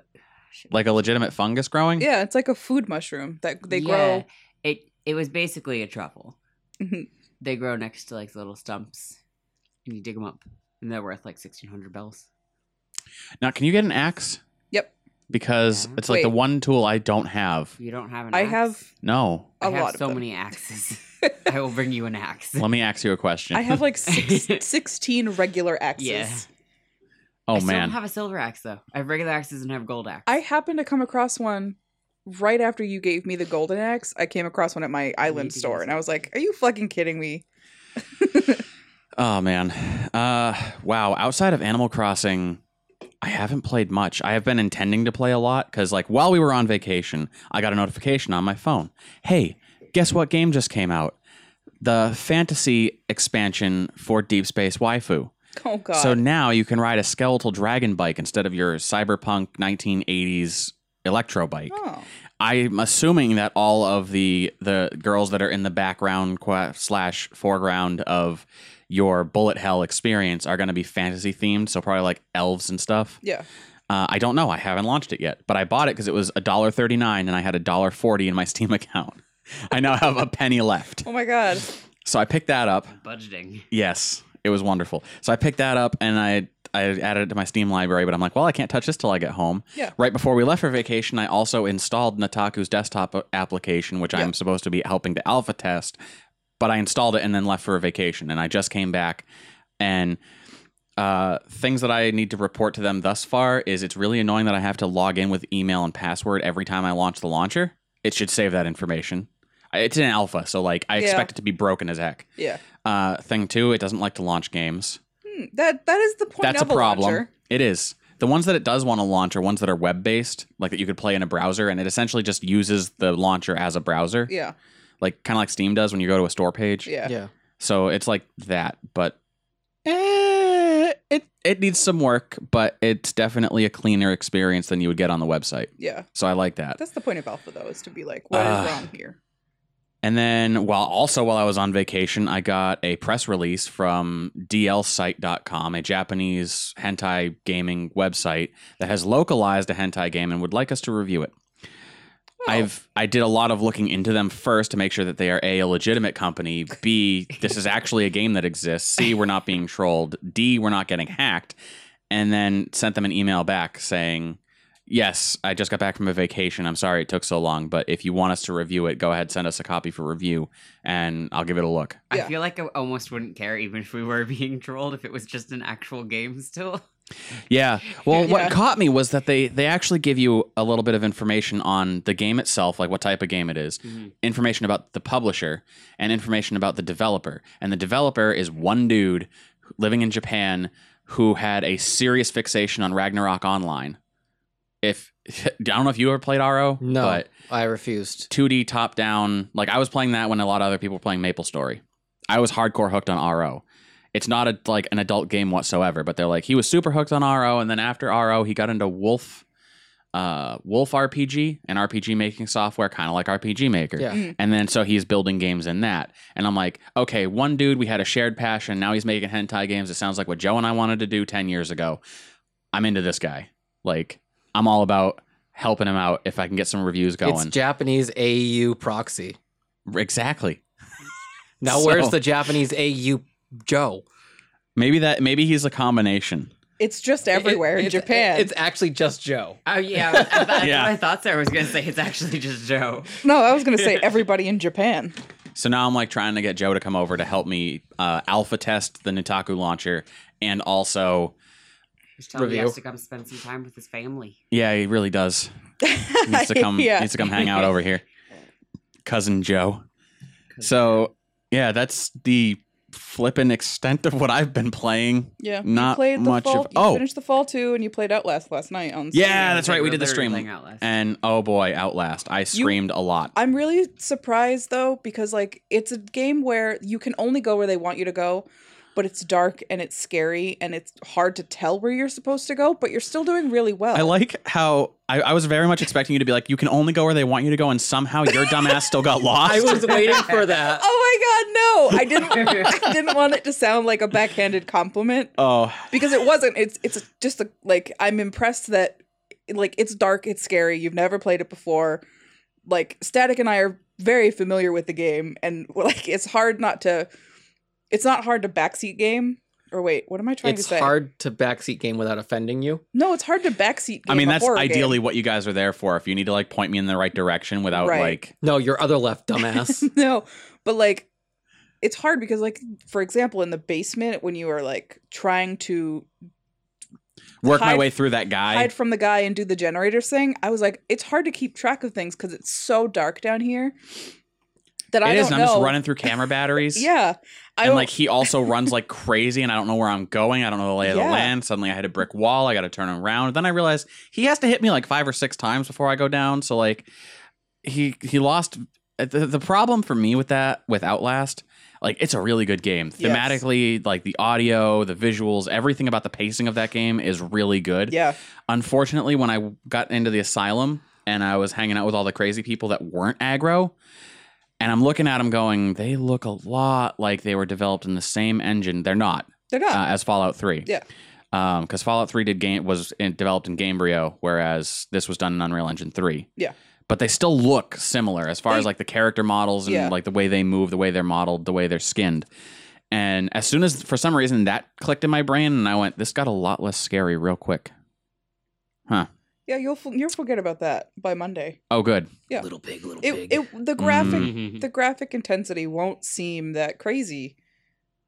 E: shit,
C: Like, a legitimate fungus growing?
B: Yeah, it's like a food mushroom that they
E: yeah,
B: grow.
E: It it was basically a truffle.
B: Mhm.
E: they grow next to like little stumps, and you dig them up, and they're worth like sixteen hundred bells.
C: Now, can you get an axe?
B: Yep.
C: Because
E: Yeah.
C: it's like the
B: Wait.
C: one tool I don't have.
E: You don't have an.
B: I
E: axe?
B: have
C: No.
E: I
B: a
E: have
B: lot of
E: so
B: them.
E: many axes. I will bring you an axe.
C: Let me ask you a question.
B: I have like six, 16 regular axes.
E: Yeah.
C: oh,
E: I still
C: man.
E: don't have a silver axe though. I have regular axes and I have gold axe.
B: I happened to come across one right after you gave me the golden axe. I came across one at my
E: need
B: island
E: to
B: store
E: use
B: and I
E: it.
B: was like, are you fucking kidding me?
C: oh, man. Uh, wow. Outside of Animal Crossing, I haven't played much. I have been intending to play a lot because, like, while we were on vacation, I got a notification on my phone. Hey, guess what game just came out? The fantasy expansion for Deep Space Waifu.
B: Oh god.
C: So now you can ride a skeletal dragon bike instead of your cyberpunk 1980s electro bike.
B: oh.
C: I'm assuming that all of the the girls that are in the background qua- slash foreground of your bullet hell experience are going to be fantasy themed, so probably like elves and stuff.
B: Yeah.
C: Uh, I don't know. I haven't launched it yet, but I bought it because it was a dollar thirty nine, and I had a dollar forty in my Steam account. I now have a penny left,
B: Oh my god.
C: so I picked that up.
E: budgeting.
C: Yes, it was wonderful. So I picked that up and I I added it to my Steam library, but I'm like, well, I can't touch this till I get home.
B: Yeah.
C: Right before we left for vacation, I also installed Nataku's desktop a- application, which I'm supposed to be helping to alpha test, but I installed it and then left for a vacation, and I just came back and. Uh, things that I need to report to them thus far is it's really annoying that I have to log in with email and password every time I launch the launcher. It should save that information. I- It's in alpha, so like I
B: Yeah.
C: expect it to be broken as heck
B: Yeah.
C: uh, thing too. It doesn't like to launch games.
B: Hmm, that that is the point
C: That's a
B: of a
C: problem.
B: launcher.
C: It is. The ones that it does want to launch are ones that are web based, like that you could play in a browser, and it essentially just uses the launcher as a browser,
B: Yeah.
C: like kind of like Steam does when you go to a store page.
B: Yeah.
D: Yeah.
C: So it's like that, but eh, it it needs some work, but it's definitely a cleaner experience than you would get on the website.
B: Yeah.
C: So I like that.
B: That's the point of alpha though, is to be like, what is
C: Ah.
B: wrong here?
C: And then, while also while I was on vacation, I got a press release from dlsite.com, a Japanese hentai gaming website that has localized a hentai game and would like us to review it.
B: Oh,
C: I've I did a lot of looking into them first to make sure that they are a, a legitimate company. B this is actually a game that exists. C we're not being trolled. D we're not getting hacked. And then sent them an email back saying, "Yes, I just got back from a vacation. I'm sorry it took so long, but if you want us to review it, go ahead send us a copy for review, and I'll give it a look."
B: Yeah.
E: I feel like I almost wouldn't care even if we were being trolled if it was just an actual game still.
C: Yeah. Well,
B: Yeah.
C: what caught me was that they they actually give you a little bit of information on the game itself, like what type of game it is. information about the publisher and information about the developer. And the developer is one dude living in Japan who had a serious fixation on Ragnarok Online. If I don't know if you ever played RO,
D: No,
C: but
D: I refused.
C: 2D top down, like I was playing that when a lot of other people were playing Maple Story. I was hardcore hooked on RO. It's not a like an adult game whatsoever, but they're like he was super hooked on RO, and then after RO, he got into Wolf, uh, Wolf RPG, an RPG making software, kind of like RPG Maker.
D: Yeah.
C: And then so he's building games in that. And I'm like, okay, one dude, we had a shared passion. Now he's making hentai games. It sounds like what Joe and I wanted to do 10 years ago. I'm into this guy. Like, I'm all about helping him out if I can get some reviews
D: It's
C: going.
D: Japanese AU proxy.
C: exactly.
D: Now,
C: So-
D: where's the Japanese AU Joe?
C: Maybe that maybe he's a combination.
B: It's just everywhere
F: It-
B: in
F: it's-
B: Japan.
F: It's actually just Joe.
E: Oh yeah, that's what
C: Yeah.
E: I thought Sarah was gonna say it's actually just Joe.
B: no, I was gonna say everybody in Japan.
C: So now I'm like trying to get Joe to come over to help me uh, alpha test the Nitaku launcher and also
E: He's telling me he
F: Review.
E: has to come spend some time with his family.
C: yeah, he really does. He needs to come
B: yeah.
C: needs to come hang out over here. Cousin Joe. So yeah, that's the flippin' extent of what I've been playing.
B: yeah.
C: not
B: you played the
C: much
B: fall.
C: of-
B: you
C: oh.
B: finished the fall too, and you played Outlast last night on. Steam.
C: Yeah, that's right. We did the
E: Literally playing
C: stream.
E: out last.
C: And oh boy, Outlast. I screamed a lot.
B: I'm really surprised though because like it's a game where you can only go where they want you to go, but it's dark and it's scary and it's hard to tell where you're supposed to go, but you're still doing really well.
C: I like how I, I was very much expecting you to be like, you can only go where they want you to go, and somehow your dumbass still got lost.
F: I was waiting for that.
B: Oh my god, no. I didn't I didn't want it to sound like a backhanded compliment
C: oh,
B: because it wasn't. It's it's just a, like I'm impressed that like it's dark, it's scary. You've never played it before. Like Static and I are very familiar with the game, and like it's hard not to. It's not hard to backseat game. Or wait, what am I trying
F: It's
B: to say?
F: hard to backseat game without offending you.
B: No, it's hard to backseat. Game
C: I mean,
B: a
C: that's
B: horror
C: ideally
B: game.
C: what you guys are there for. If you need to like point me in the right direction without
B: Right.
C: like,
F: No, your other left, dumbass.
B: no, but like it's hard because like for example in the basement when you are like trying to
C: work my
B: Hide-
C: way through that guy.
B: hide from the guy and do the generator thing, I was like, it's hard to keep track of things because it's so dark down here that I
C: It
B: don't
C: is. And
B: know.
C: I'm just running through camera batteries.
B: Yeah, I
C: and
B: don't-
C: like he also runs like crazy, and I don't know where I'm going. I don't know the lay of
B: Yeah.
C: the land. Suddenly, I hit a brick wall. I got to turn around. Then I realized he has to hit me like five or six times before I go down. So like, he he lost. uh, The, the problem for me with that with Outlast, like it's a really good game
B: Yes.
C: thematically. Like the audio, the visuals, everything about the pacing of that game is really good.
B: yeah,
C: unfortunately, when I got into the asylum and I was hanging out with all the crazy people that weren't aggro, and I'm looking at them going, they look a lot like they were developed in the same engine. They're not
B: they're not.
C: uh, as Fallout Three.
B: Yeah.
C: Because Fallout Three did game was in, developed in Gamebryo, whereas this was done in Unreal Engine Three.
B: Yeah.
C: But they still look similar as far
B: They-
C: as like the character models and
B: Yeah.
C: like the way they move, the way they're modeled, the way they're skinned. And as soon as for some reason that clicked in my brain, and I went, "This got a lot less scary real quick."
B: yeah, you'll f- you'll forget about that by Monday.
C: Oh, good.
B: Yeah.
E: Little pig, little
B: It, it the graphic
C: Mm. Mm-hmm.
F: Mhm.
B: the graphic intensity won't seem that crazy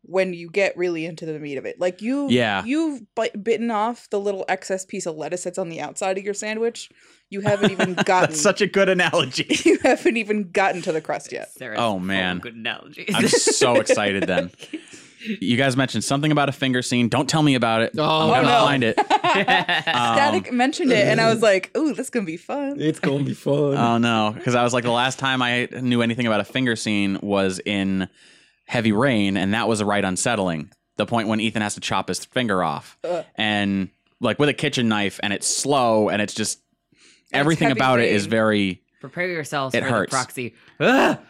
B: when you get really into the meat of it. Like you,
C: Yeah.
B: you've bite- bitten off the little excess piece of lettuce that's on the outside of your sandwich. You haven't even gotten.
C: a good analogy.
B: you haven't even gotten to the crust yet.
E: Sarah's
C: Oh,
E: full of
C: man.
E: good analogies.
C: I'm so excited then. You guys mentioned something about a finger scene. Don't tell me about it.
F: Oh,
C: I'm gonna
B: no.
C: find it. Um,
B: Static mentioned it, and I was like, "Ooh, this gonna be fun."
F: it's gonna be fun.
C: Oh no, because I was like the last time I knew anything about a finger scene was in Heavy Rain, and that was a right unsettling. The point when Ethan has to chop his finger off,
B: Ugh.
C: and like with a kitchen knife, and it's slow, and it's just
B: And it's
C: everything
B: Heavy
C: about it
B: Rain.
C: is very.
E: Prepare yourselves
C: It
E: for
C: hurts.
E: the proxy.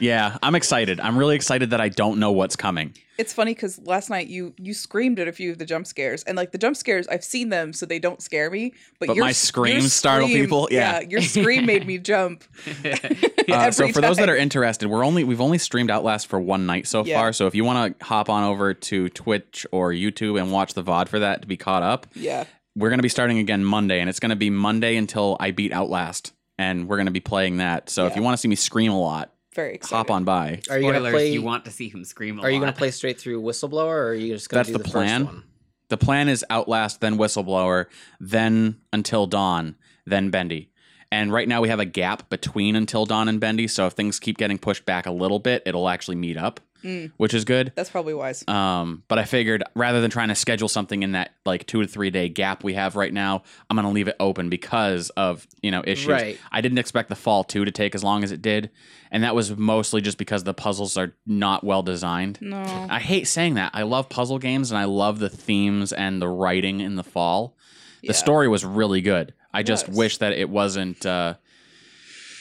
C: Yeah, I'm excited. I'm really excited that I don't know what's coming.
B: It's funny because last night you you screamed at a few of the jump scares, and like the jump scares, I've seen them, so they don't scare me. But,
C: But
B: your
C: my
B: s-
C: screams
B: your
C: startle
B: scream-
C: people? Yeah.
B: your scream made me jump.
C: Uh, so
B: every
C: for those that
B: time.
C: are interested, we're only we've only streamed Outlast for one night so
B: Yeah.
C: far. So if you want to hop on over to Twitch or YouTube and watch the VOD for that to be caught up,
B: Yeah,
C: we're going to be starting again Monday, and it's going to be Monday until I beat Outlast, and we're going to be playing that. So if
B: Yeah.
C: you want to see me scream a lot,
B: very excited.
C: hop on by.
F: are you gonna
E: Spoilers,
F: play?
E: you want to see him scream a
F: are you gonna
E: lot.
F: play straight through Whistleblower, or are you just gonna
C: That's
F: do
C: the
F: the,
C: plan.
F: First one?
C: The plan is Outlast, then Whistleblower, then Until Dawn, then Bendy. And right now we have a gap between Until Dawn and Bendy, so if things keep getting pushed back a little bit, it'll actually meet up,
B: Mm.
C: which is good.
B: That's probably wise.
C: Um, but I figured rather than trying to schedule something in that like two to three day gap we have right now, I'm gonna leave it open because of you know issues.
F: Right.
C: I didn't expect the fall two to take as long as it did, and that was mostly just because the puzzles are not well designed.
B: No,
C: I hate saying that. I love puzzle games and I love the themes and the writing in the fall.
B: Yeah.
C: The story was really good. I just
B: was.
C: wish that it wasn't uh,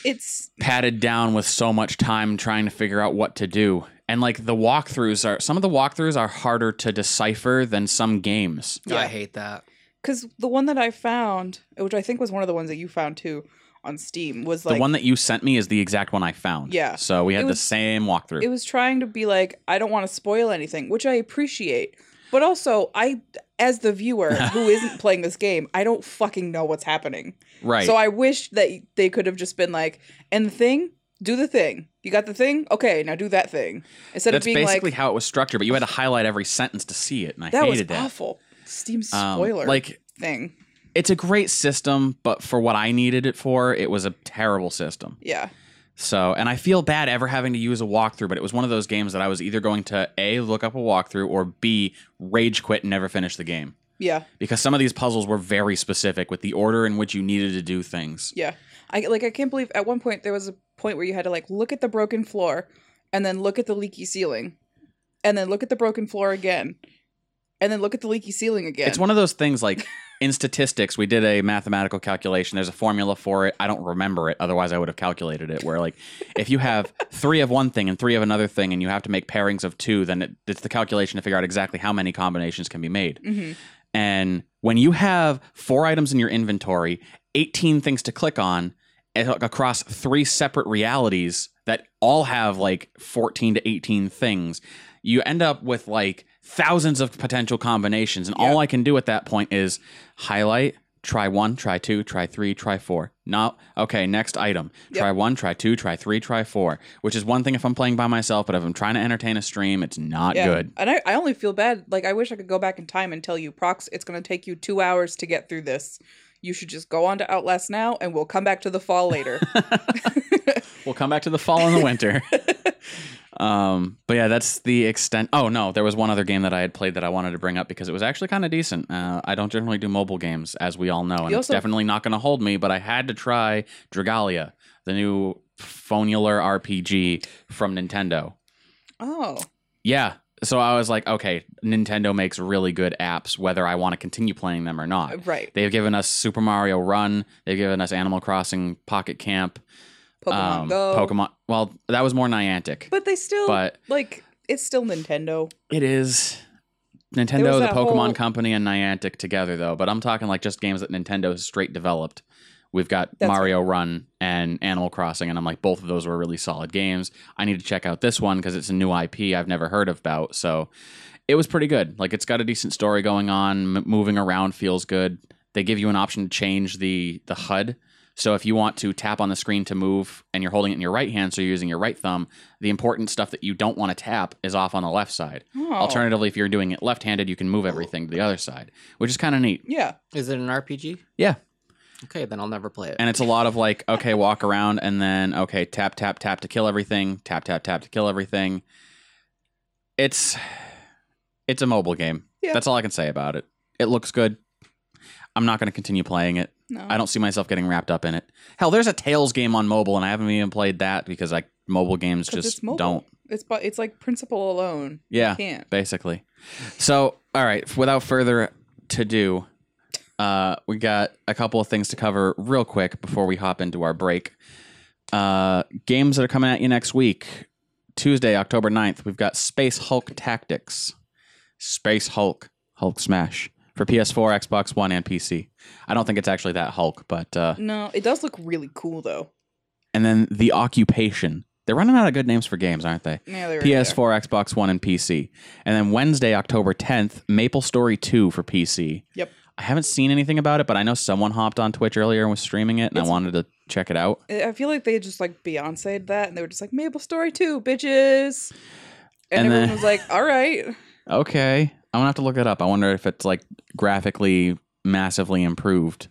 B: It's
C: padded down with so much time trying to figure out what to do. And like the walkthroughs are some of the walkthroughs are harder to decipher than some games.
F: I
B: Yeah.
F: hate that.
B: because the one that I found, which I think was one of the ones that you found too on Steam, was like
C: the one that you sent me is the exact one I found.
B: Yeah.
C: So we
B: It
C: had the
B: was-
C: same walkthrough.
B: it was trying to be like i don't want to spoil anything which i appreciate but also i as the viewer who isn't playing this game, I don't fucking know what's happening.
C: Right.
B: So I wish that they could have just been like, and the thing, do the thing. You got the thing? Okay, now do that thing. Instead
C: That's
B: of being
C: basically
B: like,
C: how it was structured, but you had to highlight every sentence to see it, and I
B: that was
C: hated that.
B: awful. Steam
C: Um,
B: spoiler
C: like
B: thing.
C: it's a great system, but for what I needed it for, it was a terrible system.
B: Yeah.
C: So, and I feel bad ever having to use a walkthrough, but it was one of those games that I was either going to A, look up a walkthrough, or B, rage quit and never finish the game.
B: Yeah.
C: Because some of these puzzles were very specific with the order in which you needed to do things.
B: Yeah. I like I can't believe at one point there was a point where you had to like look at the broken floor and then look at the leaky ceiling and then look at the broken floor again and then look at the leaky ceiling again.
C: It's one of those things like in statistics, we did a mathematical calculation. There's a formula for it. I don't remember it. Otherwise, I would have calculated it. Where, like, if you have three of one thing and three of another thing, and you have to make pairings of two, then it, it's the calculation to figure out exactly how many combinations can be made.
B: Mhm.
C: And when you have four items in your inventory, 18 things to click on and like, across three separate realities that all have like 14 to 18 things, you end up with like thousands of potential combinations. And all I can do at that point is highlight. Try one, try two, try three, try four. Not okay. Next item.
B: Yep.
C: Try one, try two, try three, try four. Which is one thing if I'm playing by myself, but if I'm trying to entertain a stream, it's not
B: Yeah.
C: good.
B: And I, I only feel bad. Like I wish I could go back in time and tell you, Prox, it's gonna take you two hours to get through this. You should just go on to Outlast now and we'll come back to the fall later.
C: We'll come back to the fall and the winter. um, but yeah, that's the extent. Oh no, there was one other game that I had played that I wanted to bring up because it was actually kind of decent. Uh, I don't generally do mobile games, as we all know, and
B: You
C: it's
B: also-
C: definitely not going to hold me. But I had to try Dragalia, the new phonular RPG from Nintendo.
B: oh.
C: Yeah. So I was like, okay, Nintendo makes really good apps, whether I want to continue playing them or not.
B: Right.
C: They've given us Super Mario Run. They've given us Animal Crossing Pocket Camp.
B: Pokemon
C: um,
B: Go.
C: Pokemon. Well, that was more Niantic, but,
B: But they still like it's still Nintendo.
C: it is
B: There was
C: Nintendo, the
B: that
C: Pokemon
B: whole-
C: Company, and Niantic together, though. But I'm talking like just games that Nintendo has straight developed. We've got
B: That's
C: Mario Run and Animal Crossing, and I'm like, both of those were really solid games. I need to check out this one because it's a new IP I've never heard about. So it was pretty good. Like, it's got a decent story going on. M- moving around feels good. They give you an option to change the the HUD. So if you want to tap on the screen to move, and you're holding it in your right hand, so you're using your right thumb, the important stuff that you don't want to tap is off on the left side.
B: Oh.
C: Alternatively, if you're doing it left-handed, you can move everything to the other side, which is kind of neat.
B: Yeah.
D: Is it an RPG?
C: Yeah.
D: Okay, then I'll never play it.
C: And it's a lot of like, okay, walk around and then okay, tap tap tap to kill everything, tap tap tap to kill everything. It's it's a mobile game.
B: Yeah.
C: That's all I can say about it. It looks good. I'm not going to continue playing it.
B: No.
C: I don't see myself getting wrapped up in it. Hell, there's a Tails game on mobile and I haven't even played that because like mobile games
B: 'Cause
C: just
B: it's mobile.
C: don't.
B: It's but it's like principle alone.
C: Yeah.
B: You can't.
C: basically. So, all right, f- without further to do, uh, we got a couple of things to cover real quick before we hop into our break. Uh, games that are coming at you next week, Tuesday, October 9th, we've got Space Hulk Tactics, Space Hulk, Hulk Smash for PS4, Xbox One, and PC. I don't think it's actually that Hulk, but uh,
B: No, it does look really cool though.
C: and then The Occupation. They're running out of good names for games, aren't they?
B: Yeah, they really are.
C: PS4, Xbox One, and PC. And then Wednesday, October 10th, Maple Story 2 for PC.
B: Yep.
C: I haven't seen anything about it, but I know someone hopped on Twitch earlier and was streaming it, and I
B: It's-
C: wanted to check it out.
B: I I feel like they just like Beyonce'd that and they were just like, Maple Story 2, bitches. And,
C: And
B: everyone
C: then-
B: was like, all right.
C: Okay. I'm going to have to look it up. I wonder if it's like graphically massively improved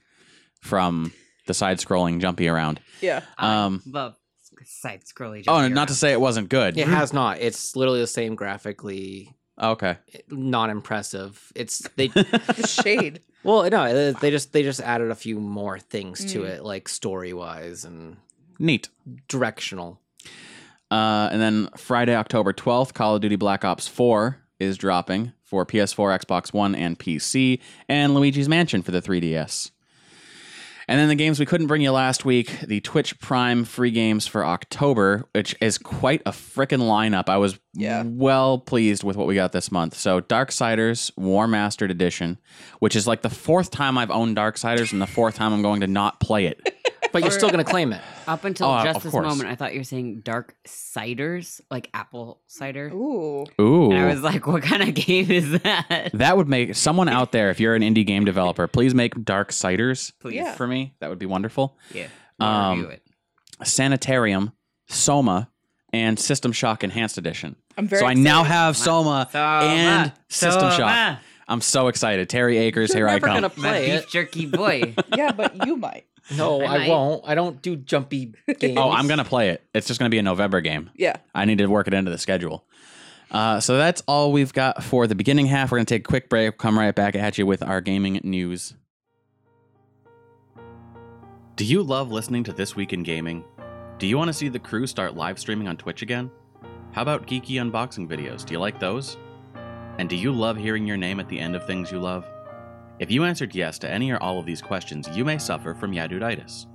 C: from the side scrolling jumpy around.
B: Yeah.
C: Um,
E: Love side scrolling.
C: oh, and not to say it wasn't good.
D: It has not. It's literally the same graphically,
C: Okay.
D: not impressive. It's they.
B: The shade.
D: well, no, they- they just they just added a few more things to
B: Mm.
D: it, like story wise and
C: Neat.
D: directional.
C: Uh, and then Friday, October 12th, Call of Duty Black Ops 4 is dropping for PS4, Xbox One, and PC, and Luigi's Mansion for the 3DS. And then the games we couldn't bring you last week, the Twitch Prime free games for October, which is quite a frickin' lineup. I was
B: Yeah.
C: well pleased with what we got this month. So Darksiders War Mastered Edition, which is like the fourth time I've owned Darksiders and the fourth time I'm going to not play it.
E: but you're still going to claim it.
G: Up until
C: Oh,
G: just
C: of
G: this
C: course.
G: moment, I thought you were saying dark ciders, like apple cider.
B: Ooh.
C: Ooh.
G: And I was like, what kind of game is that?
C: that would make someone out there, if you're an indie game developer, please make dark ciders
G: Please.
B: Yeah.
C: for me. That would be wonderful.
G: Yeah.
C: Um,
G: Review it.
C: Sanitarium, Soma, and System Shock Enhanced Edition.
B: I'm very
C: so I
B: excited.
C: now have Soma. and
G: Soma,
C: System Shock.
E: Ah,
G: Soma,
C: I'm so excited. Terry Akers,
E: You're
C: here I
E: never
C: come.
E: gonna
G: My
E: play
G: beef
E: it.
G: jerky boy.
B: Yeah, but you might.
D: No,
G: I
D: I,
G: might.
D: won't. I don't do jumpy games.
C: Oh, I'm gonna play it. It's just gonna be a November game.
B: Yeah.
C: I need to work it into the schedule. Uh, so that's all we've got for the beginning half. We're gonna take a quick break. Come right back at you with our gaming news. Do you love listening to This Week in Gaming? Do you want to see the crew start live streaming on Twitch again? How about geeky unboxing videos? Do you like those? And do you love hearing your name at the end of things you love? If you answered yes to any or all of these questions, you may suffer from Yaduditis.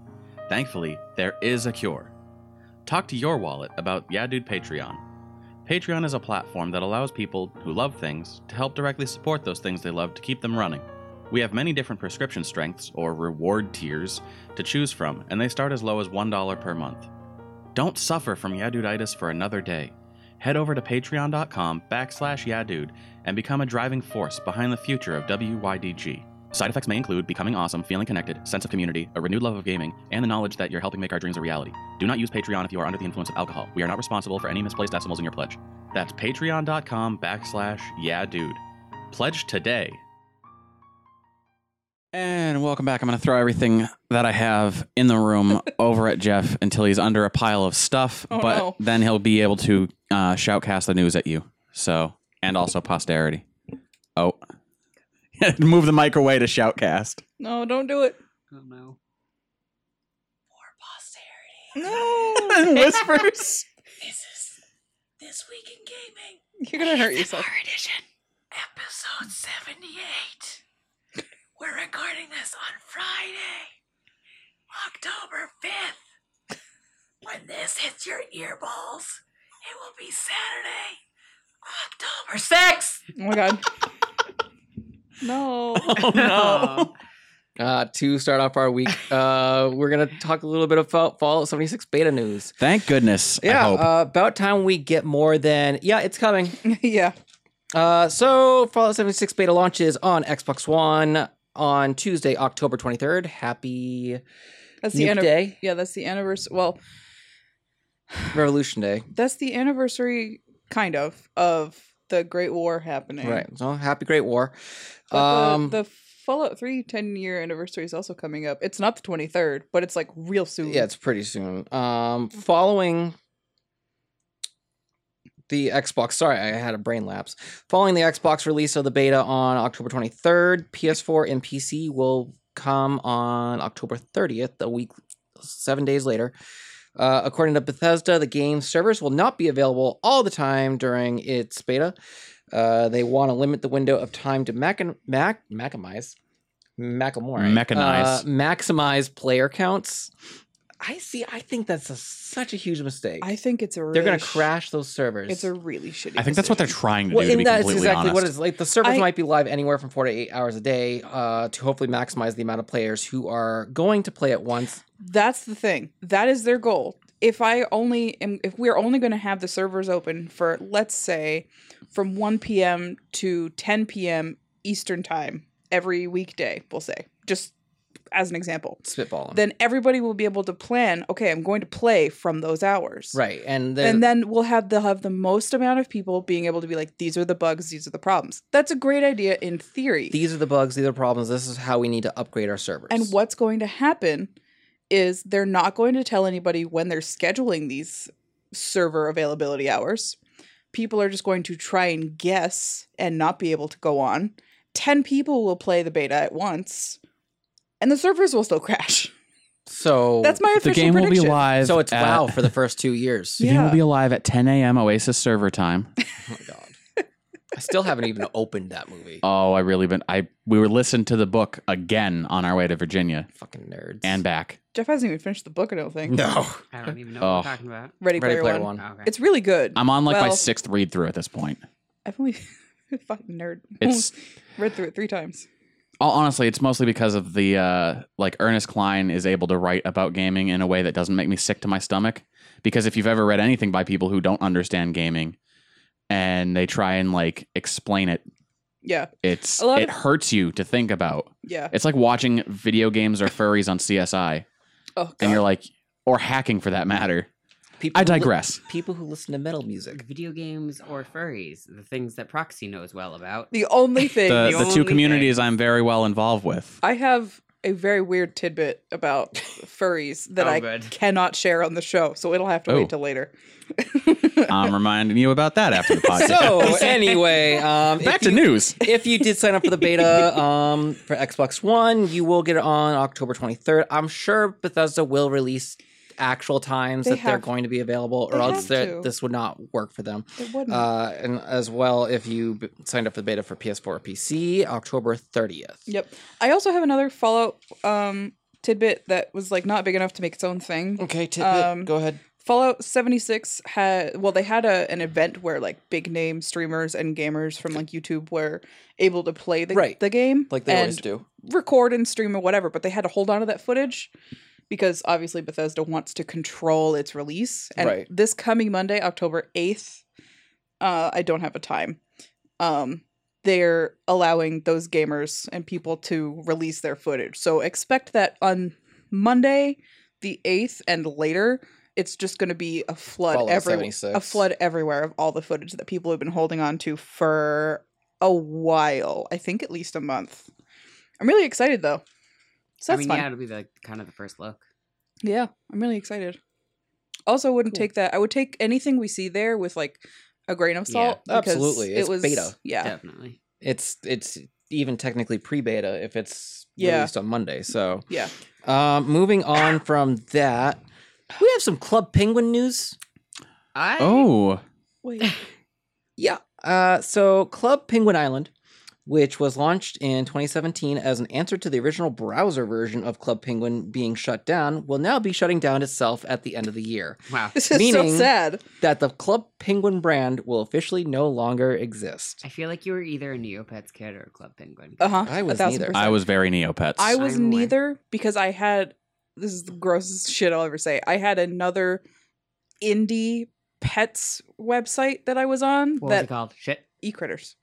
C: Thankfully, there is a cure. Talk to your wallet about Yadude Patreon. Patreon is a platform that allows people who love things to help directly support those things they love to keep them running. We have many different prescription strengths or reward tiers to choose from, and they start as low as $1 per month. Don't suffer from Yaduditis for another day. Head over to patreon.com backslash Yadude and become a driving force behind the future of WYDG. Side effects may include becoming awesome, feeling connected, sense of community, a renewed love of gaming, and the knowledge that you're helping make our dreams a reality. Do not use Patreon if you are under the influence of alcohol. We are not responsible for any misplaced decimals in your pledge. That's patreon.com backslash yeah dude. Pledge today. And welcome back. I'm going to throw everything that I have in the room over at Jeff until he's under a pile of stuff,
B: Oh,
C: but
B: no.
C: then he'll be able to uh, shoutcast the news at you. So, and also posterity. Oh. Move the mic away to shoutcast.
B: No, don't do it.
G: Oh, no.
B: No.
C: Whispers.
B: You're gonna hurt yourself.
G: Number six.
B: Oh my god. No.
C: Oh no.
D: Uh, to start off our week, uh, we're gonna talk a little bit about Fallout 76 beta news.
C: Thank goodness. I
D: Yeah,
C: hope.
D: uh, about time we get more than yeah, it's coming.
B: yeah.
D: Uh, so Fallout 76 beta launches on Xbox One on Tuesday, October 23rd. Happy
B: That's the
D: Nuke
B: anniversary.
D: Day,
B: Yeah, that's the anniversary. Well,
D: Revolution Day.
B: that's the anniversary, kind of, of the Great War happening.
D: Right. So happy Great War.
B: But
D: Um,
B: the, the Fallout 3 10 year anniversary is also coming up. It's not the 23rd, but it's like real soon.
D: Yeah, it's pretty soon. Um, following the Xbox, sorry, I had a brain lapse. Following the Xbox release of the beta on October 23rd, PS4 and PC will come on October 30th, a week, seven days later. Uh, according to Bethesda, the game servers will not be available all the time during its beta. Uh, they want to limit the window of time to macin- mac- maximize, Macamore.
C: Mechanize.
D: Uh, maximize player counts. I see. I think that's a, such a huge mistake.
B: I think it's a really
D: They're going
B: sh-
D: to crash those servers.
B: It's a really shitty.
C: I think that's what they're
B: decision.
C: trying to do,
D: well,
C: to be
D: and that's
C: completely
D: exactly
C: honest.
D: what it's like. The servers
B: I-
D: might be live anywhere from four to eight hours a day uh, to hopefully maximize the amount of players who are going to play at once.
B: That's the thing. That is their goal. If I only am, if we're only going to have the servers open for, let's say, from 1 p.m. to 10 p.m. Eastern time every weekday, we'll say, just as an example,
D: Spitballing,
B: then everybody will be able to plan. Okay, I'm going to play from those hours.
D: right? And then,
B: And then we'll have they'll have the most amount of people being able to be like, these are the bugs, these are the problems. That's a great idea in theory.
D: these are the bugs. These are the problems. This is how we need to upgrade our servers.
B: And what's going to happen is they're not going to tell anybody when they're scheduling these server availability hours. People are just going to try and guess and not be able to go on. 10 people will play the beta at once, and the servers will still crash.
D: So
B: That's my
C: the
B: official
C: game will be
B: prediction.
C: live.
D: So it's
C: at-
D: WoW for the first two years.
C: The game will
B: Yeah.
C: be alive at 10 a.m. Oasis server time.
D: Oh my god. I still haven't even opened that movie.
C: Oh, I really been. I we were listening to the book again on our way to Virginia
D: Fucking nerds.
C: and back.
B: Jeff hasn't even finished the book, I don't think.
D: no.
G: I don't even know
C: Oh.
G: what we're talking about.
B: Ready,
D: Ready
B: Player,
D: Player
B: one.
D: One.
G: Okay.
B: It's really good.
C: I'm
A: Um,
C: on like my
B: Well-
C: sixth read through at this point.
B: I've only fucking nerd.
C: It's
B: read through it three times.
A: Hon- Honestly, it's mostly because of the uh, like Ernest Klein is able to write about gaming in a way that doesn't make me sick to my stomach. Because if you've ever read anything by people who don't understand gaming, and they try and like explain it,
B: Yeah.
A: it's
B: A lot
A: it
B: of-
A: hurts you to think about.
B: Yeah.
A: It's like watching video games or furries on CSI,
B: Oh, God.
A: and you're like, or hacking for that matter.
D: People
A: I
D: who li-
A: digress.
D: people who listen to metal music.
E: Video games or furries, the things that Proxy knows well about.
B: the only thing
A: The,
E: the
A: the two
E: only
A: communities
E: thing-
A: I'm very well involved with.
B: I have a very weird tidbit about furries that
E: Oh,
B: I
E: good.
B: cannot share on the show, so it'll have to
A: Oh. Um,
B: wait till later.
A: I'm reminding you about that after the podcast.
D: So anyway, um,
A: Back
D: if
A: to
D: you-
A: news.
D: if you did sign up for the beta um, for Xbox One, you will get it on October 23rd. I'm sure Bethesda will release actual times
B: They
D: that they're
B: have-
D: going to be available, or
B: they
D: else
B: have
D: that
B: to.
D: this would not work for them.
B: It wouldn't.
D: Uh, and as well, if you b- signed up for the beta for PS4 or PC, October 30th.
B: yep. I also have another Fallout um, tidbit that was like not big enough to make its own thing.
D: Okay, tidbit.
B: Um,
D: go ahead.
B: Fallout 76 had well they had a, an event where like big name streamers and gamers from like YouTube were able to play the,
D: Right.
B: the game
D: Like they
B: and
D: always do.
B: record and stream or whatever but they had to hold on to that footage because obviously Bethesda wants to control its release and
D: Right.
B: this coming Monday October 8th uh I don't have a time um they're allowing those gamers and people to release their footage so expect that on Monday the 8th and later it's just going to be a flood
D: Fallout
B: every,
D: 76.
B: a flood everywhere of all the footage that people have been holding on to for a while i think at least a month i'm really excited though so
E: I
B: that's
E: mean,
B: fun
E: yeah, it'll be like kind of the first look.
B: yeah. i'm really excited also wouldn't
D: Cool.
B: take that i would take anything we see there with like a grain of
E: Yeah,
B: salt because
D: absolutely. It's
B: it was
D: beta.
B: yeah
E: Definitely.
D: It's it's even technically pre-beta if it's
B: Yeah.
D: released on Monday. So
B: Yeah.
D: Um, moving on from that, we have some Club Penguin news.
E: I
A: Oh,
B: wait
D: Yeah. Uh, so Club Penguin Island, which was launched in 2017 as an answer to the original browser version of Club Penguin being shut down, will now be shutting down itself at the end of the year.
E: wow.
B: this is
D: Meaning-
B: so sad
D: That the Club Penguin brand will officially no longer exist.
E: I feel like you were either a Neopets kid or a Club Penguin.
B: uh-huh
D: I
B: a
D: was
B: thousand
D: neither.
B: percent.
A: I was very Neopets.
B: I was
E: I'm aware.
B: neither because I had this is the grossest shit I'll ever say. I had another indie pets website that I was on
E: what was it
B: that
E: called? Shit.
B: e critters.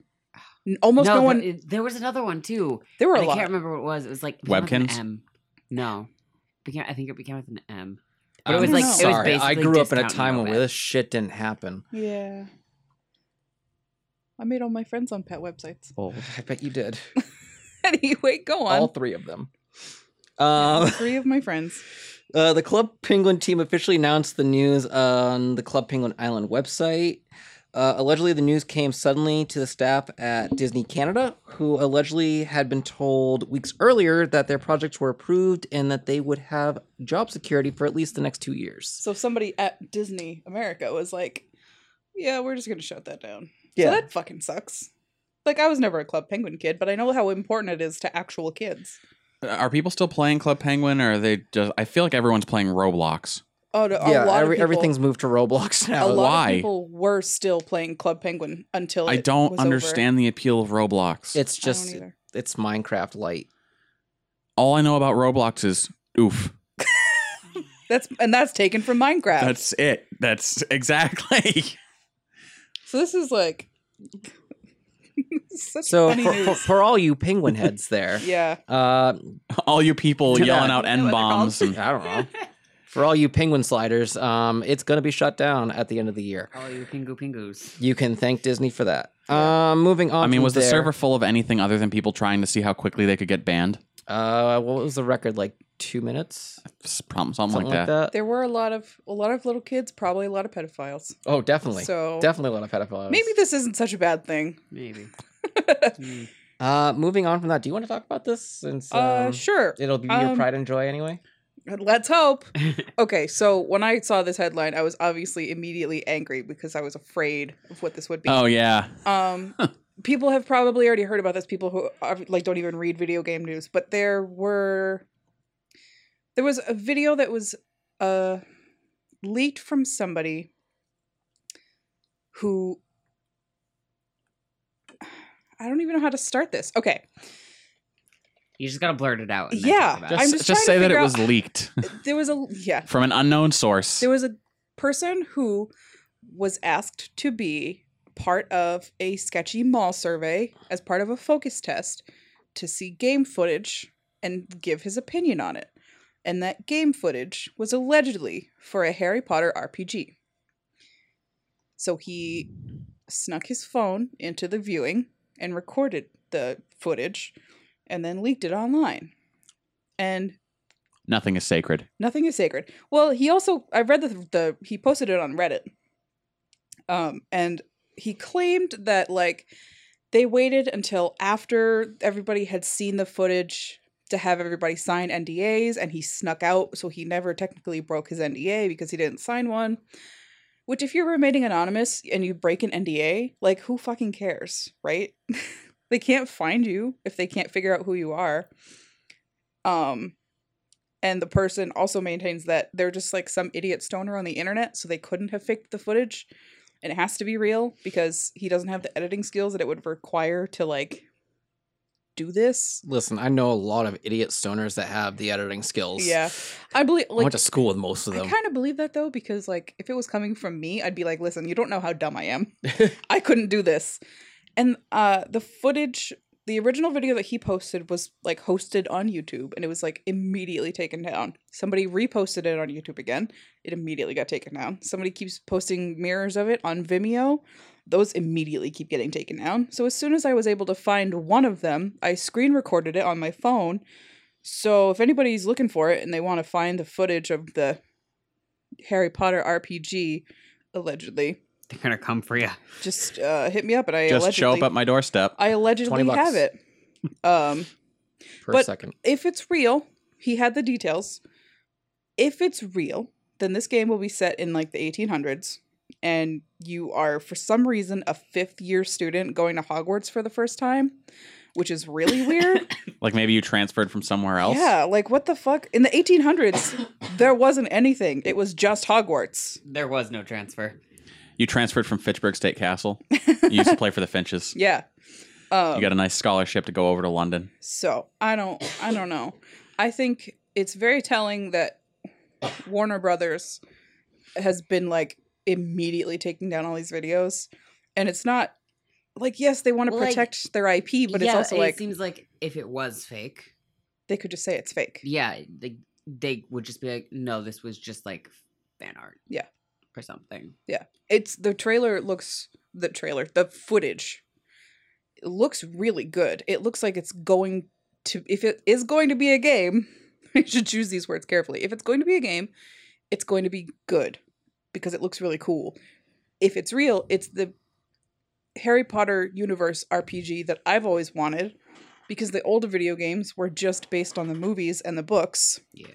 B: Almost no,
E: the-
B: one.
E: it- there was another one too.
B: there were
E: but
B: a
E: I
B: lot.
E: can't remember what it was. It was like it began with an
A: Webkins?
E: M. No, Became- I think it began with an M.
B: it was
D: I'm
B: like- it was
D: sorry, I
E: basically
D: grew up in a
E: discount
D: time when
E: Neopets.
D: this shit didn't happen.
B: Yeah, I made all my friends on pet websites.
D: I bet you did.
B: anyway, go on.
D: All three of them. Um,
B: Three of my friends.
D: Uh, the Club Penguin team officially announced the news on the Club Penguin Island website. Uh, allegedly, the news came suddenly to the staff at Disney Canada, who allegedly had been told weeks earlier that their projects were approved and that they would have job security for at least the next two years.
B: So somebody at Disney America was like, "Yeah, we're just gonna shut that down."
D: Yeah.
B: So that fucking sucks. Like I was never a Club Penguin kid, but I know how important it is to actual kids.
A: Are people still playing Club Penguin, or are they just? I feel like everyone's playing Roblox.
B: Oh, no, a
D: yeah,
B: lot of
D: every-
B: people,
D: everything's moved to Roblox
B: A
D: now.
B: lot
A: Why?
B: of people were still playing Club Penguin until
A: I
B: it
A: don't
B: was over.
A: understand the appeal of Roblox.
D: It's
B: I don't
D: just
B: either.
D: it's Minecraft light.
A: All I know about Roblox is oof.
B: that's and that's taken from Minecraft.
A: That's it. That's exactly.
B: so this is like such
D: So
B: funny
D: for, for,
B: news.
D: for all you penguin heads there,
B: yeah,
D: uh,
A: All you people
D: Did
A: yelling
D: I-
A: out n bombs. and
D: Mm, I don't know. For all you penguin sliders, um, it's going to be shut down at the end of the year.
E: All you pingu pingus.
D: You can thank Disney for that. Um, moving on.
A: I mean,
D: from
A: was the
D: there,
A: server full of anything other than people trying to see how quickly they could get banned?
D: Uh, what was the record? Like two minutes,
A: S- Something, something,
D: something
A: like that.
B: there were a lot of a lot of little kids, probably a lot of pedophiles.
D: Oh, definitely,
B: so
D: definitely a lot of pedophiles.
B: maybe this isn't such a bad thing.
E: Maybe. Mm.
D: Uh, moving on from that, do you want to talk about this? Since um,
B: uh, sure.
D: it'll be your
B: um,
D: pride and joy anyway.
B: Let's hope. Okay, so when I saw this headline, I was obviously immediately angry because I was afraid of what this would be.
A: Oh yeah.
B: Um, people have probably already heard about this. People who are, like don't even read video game news, but there were there was a video that was uh leaked from somebody who I don't even know how to start this. Okay.
E: You just gotta blurt it out. and then
B: Yeah,
E: talk about it.
A: Just,
B: I'm
A: just,
B: just trying
A: say
B: to
A: that it
B: figure
A: was
B: out-
A: leaked
B: There was a yeah.
A: from an unknown source.
B: There was a person who was asked to be part of a sketchy mall survey as part of a focus test to see game footage and give his opinion on it. And that game footage was allegedly for a Harry Potter RPG. So he snuck his phone into the viewing and recorded the footage and then leaked it online. And
A: Nothing is sacred.
B: Nothing is sacred. Well, he also I read the the he posted it on Reddit. Um and he claimed that like they waited until after everybody had seen the footage to have everybody sign NDAs and he snuck out so he never technically broke his NDA because he didn't sign one. Which if you're remaining anonymous and you break an NDA, like who fucking cares, right? they can't find you if they can't figure out who you are. Um and the person also maintains that they're just like some idiot stoner on the internet, so they couldn't have faked the footage. And it has to be real because he doesn't have the editing skills that it would require to like do this.
D: Listen, I know a lot of idiot stoners that have the editing skills.
B: Yeah. I believe
D: I
B: like
D: went to school with most of
B: I
D: them.
B: kind of believe that though because like if it was coming from me, I'd be like, "Listen, you don't know how dumb I am. I couldn't do this." And uh the footage, the original video that he posted was like hosted on YouTube and it was like immediately taken down. Somebody reposted it on YouTube again. It immediately got taken down. Somebody keeps posting mirrors of it on Vimeo. Those immediately keep getting taken down. So as soon as I was able to find one of them, I screen recorded it on my phone. So if anybody's looking for it and they want to find the footage of the Harry Potter RPG, allegedly.
E: They're gonna come for you.
B: Just uh, hit me up, and I
A: Just
B: allegedly,
A: show up at my doorstep.
B: I
D: 20
B: allegedly
D: bucks.
B: have it. Um,
D: per
B: but-
D: second.
B: if it's real, he had the details. If it's real, then this game will be set in like the 1800s, and you are for some reason a fifth year student going to Hogwarts for the first time, which is really weird.
A: Like maybe you transferred from somewhere else.
B: Yeah, like what the fuck? In the 1800s, there wasn't anything. It was just Hogwarts.
E: There was no transfer.
A: You transferred from Fitchburg State Castle. You used to play for the Finches.
B: Yeah. Um,
A: You got a nice scholarship to go over to London.
B: So I don't I don't know. I think it's very telling that Warner Brothers has been like immediately taking down all these videos. And it's not like yes, they want to
E: Well, like- e
B: protect their IP, but it's also
E: it
B: like
E: seems like if it was fake,
B: they could just say it's fake.
E: yeah, they they would just be like, no, this was just like fan art,
B: Yeah.
E: or something.
B: It's the trailer looks the trailer, the footage it looks really good. It looks like it's going to if it is going to be a game, I should choose these words carefully. If it's going to be a game, it's going to be good because it looks really cool. If it's real, it's the Harry Potter universe RPG that I've always wanted because the older video games were just based on the movies and the books.
E: Yeah,